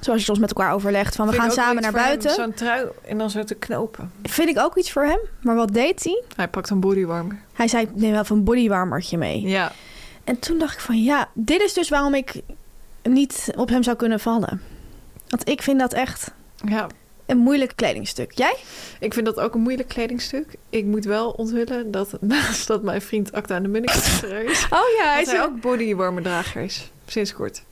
S1: Zoals je soms met elkaar overlegt van we gaan samen naar buiten.
S2: Zo'n trui en dan zo te knopen.
S1: Vind ik ook iets voor hem. Maar wat deed hij?
S2: Hij pakt een bodywarmer.
S1: Hij zei neem wel even een bodywarmertje mee.
S2: Ja.
S1: En toen dacht ik van ja, dit is dus waarom ik niet op hem zou kunnen vallen. Want ik vind dat echt
S2: ja.
S1: een moeilijk kledingstuk. Jij?
S2: Ik vind dat ook een moeilijk kledingstuk. Ik moet wel onthullen dat naast dat mijn vriend Acta aan de Munnik is, dat
S1: Oh ja,
S2: hij is ook bodywarmerdrager is. Sinds kort.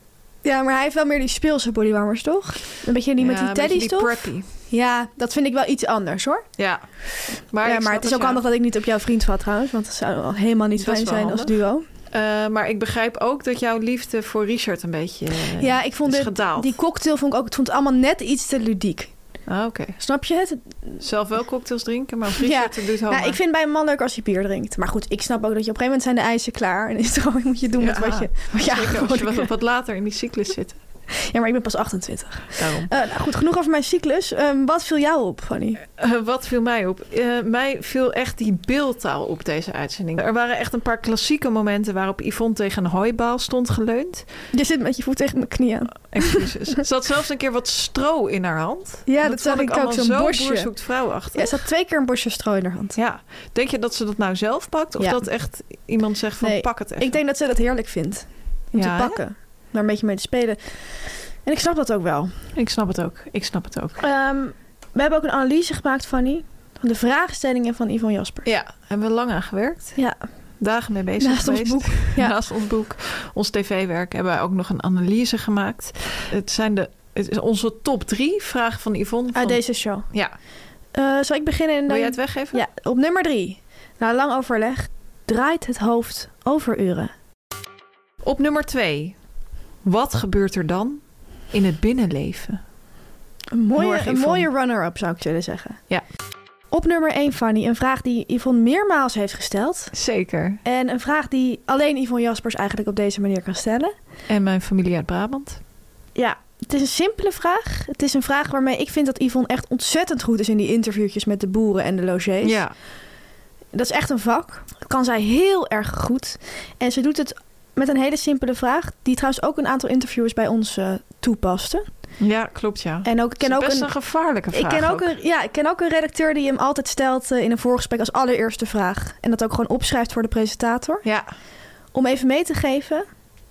S1: Ja, maar hij heeft wel meer die speelse bodywarmers, toch? Een beetje die met
S2: Ja,
S1: die
S2: een beetje
S1: teddy's, toch?
S2: preppy.
S1: Ja, dat vind ik wel iets anders, hoor.
S2: Ja. Maar,
S1: Maar,
S2: ik
S1: ja, maar
S2: snap
S1: het is ook
S2: ja.
S1: handig dat ik niet op jouw vriend vat trouwens. Want dat zou wel helemaal niet
S2: Dat is
S1: fijn
S2: wel
S1: zijn als duo.
S2: Eh, maar ik begrijp ook dat jouw liefde voor Richard een beetje eh,
S1: Ja, ik vond
S2: is
S1: dit-
S2: gedaald.
S1: die cocktail vond ik ook... Ik vond het allemaal net iets te ludiek.
S2: Ah, Oké.
S1: Snap je het?
S2: Zelf wel cocktails drinken, maar als Richard het doet, hou
S1: Nou,
S2: maar.
S1: ik vind bij een man leuk als hij bier drinkt. Maar goed, ik snap ook dat je op een gegeven moment zijn de eisen klaar. En is het gewoon, moet je doen met
S2: Ja.
S1: wat je, wat je
S2: Zeker als je
S1: aangeboden
S2: wat,
S1: krijgt.
S2: wat later in die cyclus zit.
S1: Ja, maar ik ben pas 28.
S2: Daarom.
S1: Eh, nou goed, genoeg over mijn cyclus. Ehm, wat viel jou op, Fanny?
S2: Eh, wat viel mij op? Eh, mij viel echt die beeldtaal op deze uitzending. Er waren echt een paar klassieke momenten waarop Yvonne tegen een hooibaal stond geleund.
S1: Je zit met je voet tegen mijn knie aan.
S2: Excuses. Ze had zelfs een keer wat stro in haar hand.
S1: Ja, dat,
S2: vond
S1: zag ik ook,
S2: allemaal
S1: zo'n
S2: zo
S1: bosje.
S2: Boer zoekt vrouw achter.
S1: Ja, er zat twee keer een bosje stro in haar hand.
S2: Ja. Denk je dat ze dat nou zelf pakt? Of
S1: Ja.
S2: dat echt iemand zegt van
S1: Nee,
S2: pak het even?
S1: Ik denk dat ze dat heerlijk vindt. Om
S2: Ja, hè?
S1: te pakken. Daar een beetje mee te spelen. En ik snap dat ook wel.
S2: ik snap het ook. Ik snap het ook.
S1: Ehm, we hebben ook een analyse gemaakt, Fanny. Van de vraagstellingen van Yvonne Jasper.
S2: Ja, hebben we lang aan gewerkt.
S1: Ja,
S2: Dagen mee bezig
S1: naast ons
S2: geweest.
S1: boek. Ja.
S2: Naast ons boek, ons tv-werk, hebben wij ook nog een analyse gemaakt. Het zijn de, het is onze top drie vragen van Yvonne. Van,
S1: Uit Ah, deze show.
S2: Ja,
S1: Eh, zal ik beginnen? En
S2: wil
S1: dan...
S2: jij het weggeven?
S1: Ja, op nummer drie. Na lang overleg draait het hoofd over uren.
S2: Op nummer twee. Wat gebeurt er dan? in het binnenleven.
S1: Een mooie,
S2: Morgen,
S1: een
S2: Yvonne.
S1: mooie runner-up zou ik willen zeggen.
S2: Ja.
S1: Op nummer 1, Fanny. Een vraag die Yvonne meermaals heeft gesteld.
S2: Zeker.
S1: En een vraag die alleen Yvonne Jaspers eigenlijk op deze manier kan stellen.
S2: En mijn familie uit Brabant.
S1: Ja, het is een simpele vraag. Het is een vraag waarmee ik vind dat Yvonne echt ontzettend goed is in die interviewtjes met de boeren en de logiers. Dat is echt een vak. Dat kan zij heel erg goed. En ze doet het met een hele simpele vraag, die trouwens ook een aantal interviewers bij ons eh, toepaste.
S2: ja klopt ja.
S1: En ook, ik ken
S2: Het
S1: ook
S2: is best
S1: een,
S2: een, gevaarlijke
S1: ik
S2: vraag.
S1: ken ook, Een, ja, ik ken ook een redacteur die hem altijd stelt eh, in een voorgesprek als allereerste vraag. En dat ook gewoon opschrijft voor de presentator.
S2: Ja,
S1: Om even mee te geven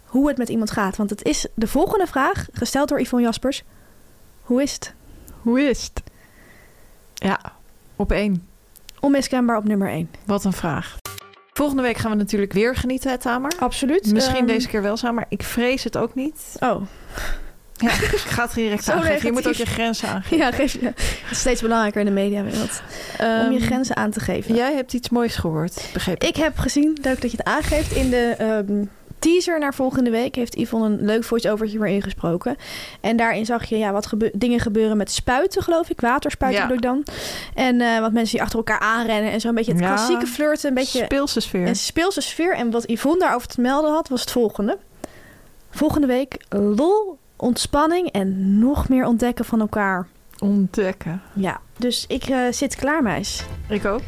S1: hoe het met iemand gaat. Want het is de volgende vraag, gesteld door Yvonne Jaspers. Hoe is het?
S2: hoe is het? Ja, op één.
S1: Onmiskenbaar op nummer 1.
S2: Wat een vraag. Volgende week gaan we natuurlijk weer genieten, hè, Tamer?
S1: Absoluut.
S2: Misschien deze keer wel samen, maar ik vrees het ook niet.
S1: keer. Oh,
S2: Ja, ik ga het direct
S1: Zo
S2: aangeven. Je moet ook
S1: negatief.
S2: je grenzen aangeven.
S1: ja, geef je. Het is steeds belangrijker in de mediawereld. om je
S2: Ehm,
S1: grenzen aan te geven.
S2: Jij hebt iets moois gehoord, begreep ik.
S1: Ik heb gezien, leuk dat je het aangeeft, in de ehm, teaser naar volgende week heeft Yvonne een leuk voice-overtje weer ingesproken. En daarin zag je ja, wat gebe- dingen gebeuren met spuiten, geloof ik. Waterspuiten
S2: Ja.
S1: bedoel ik dan. En eh, wat mensen die achter elkaar aanrennen en zo een beetje het
S2: Ja.
S1: klassieke flirten. Een beetje
S2: Speelse sfeer.
S1: een speelse sfeer. En wat Yvonne daarover te melden had, was het volgende. Volgende week lol, ontspanning en nog meer ontdekken van elkaar.
S2: Ontdekken.
S1: Ja, dus ik eh, zit klaar, meis.
S2: Ik ook.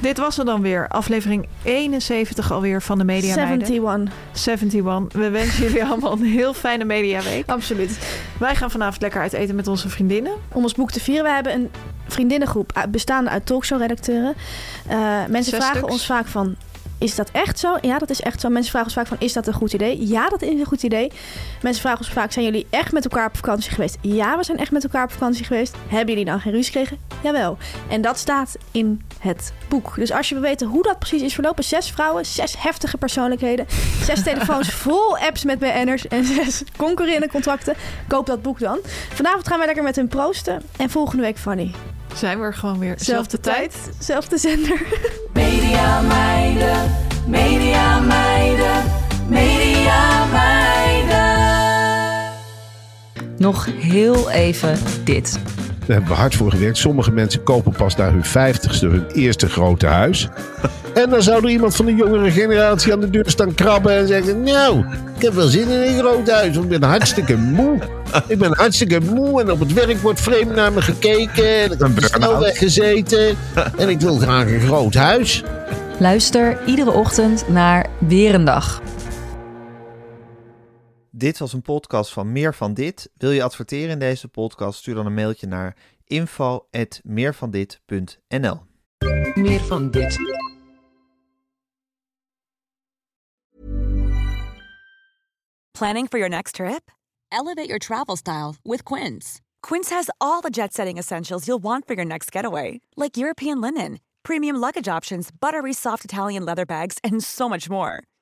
S2: Dit was er dan weer. Aflevering 71 alweer van de Media Meiden.
S1: 71.
S2: 71. We wensen jullie allemaal een heel fijne mediaweek.
S1: Absoluut.
S2: Wij gaan vanavond lekker uit eten met onze vriendinnen.
S1: om ons boek te vieren. We hebben een vriendinnengroep uit- bestaande uit talkshow-redacteuren. Eh, mensen
S2: Zes
S1: vragen
S2: stuks.
S1: ons vaak van... Is dat echt zo? Ja, dat is echt zo. Mensen vragen ons vaak van, is dat een goed idee? Ja, dat is een goed idee. Mensen vragen ons vaak, zijn jullie echt met elkaar op vakantie geweest? Ja, we zijn echt met elkaar op vakantie geweest. Hebben jullie dan geen ruzie gekregen? Jawel. En dat staat in het boek. Dus als je wil weten hoe dat precies is verlopen... zes vrouwen, zes heftige persoonlijkheden... zes telefoons vol apps met BN'ers... en zes concurrerende contracten. Koop dat boek dan. Vanavond gaan wij lekker met hun proosten. En volgende week Fanny.
S2: Zijn we er gewoon weer. Zelfde tijd.
S1: Zelfde zender.
S3: Media meiden, media meiden, media meiden.
S4: Nog heel even dit.
S5: Daar hebben we hard voor gewerkt. Sommige mensen kopen pas na hun vijftigste hun eerste grote huis. En dan zou er iemand van de jongere generatie aan de deur staan krabben en zeggen... Nou, ik heb wel zin in een groot huis, want ik ben hartstikke moe. Ik ben hartstikke moe en op het werk wordt vreemd naar me gekeken. En ik heb op de snelweg gezeten. En ik wil graag een groot huis.
S4: Luister iedere ochtend naar Weer een Dag.
S6: Dit was een podcast van Meer van Dit. Wil je adverteren in deze podcast? Stuur dan een mailtje naar info.meervandit.nl
S7: Meer van dit.
S8: Planning for your next trip?
S9: Elevate your travel style with Quince.
S8: Quince has all the jet setting essentials you'll want for your next getaway, like European linen, premium luggage options, buttery soft Italian leather bags, and so much more.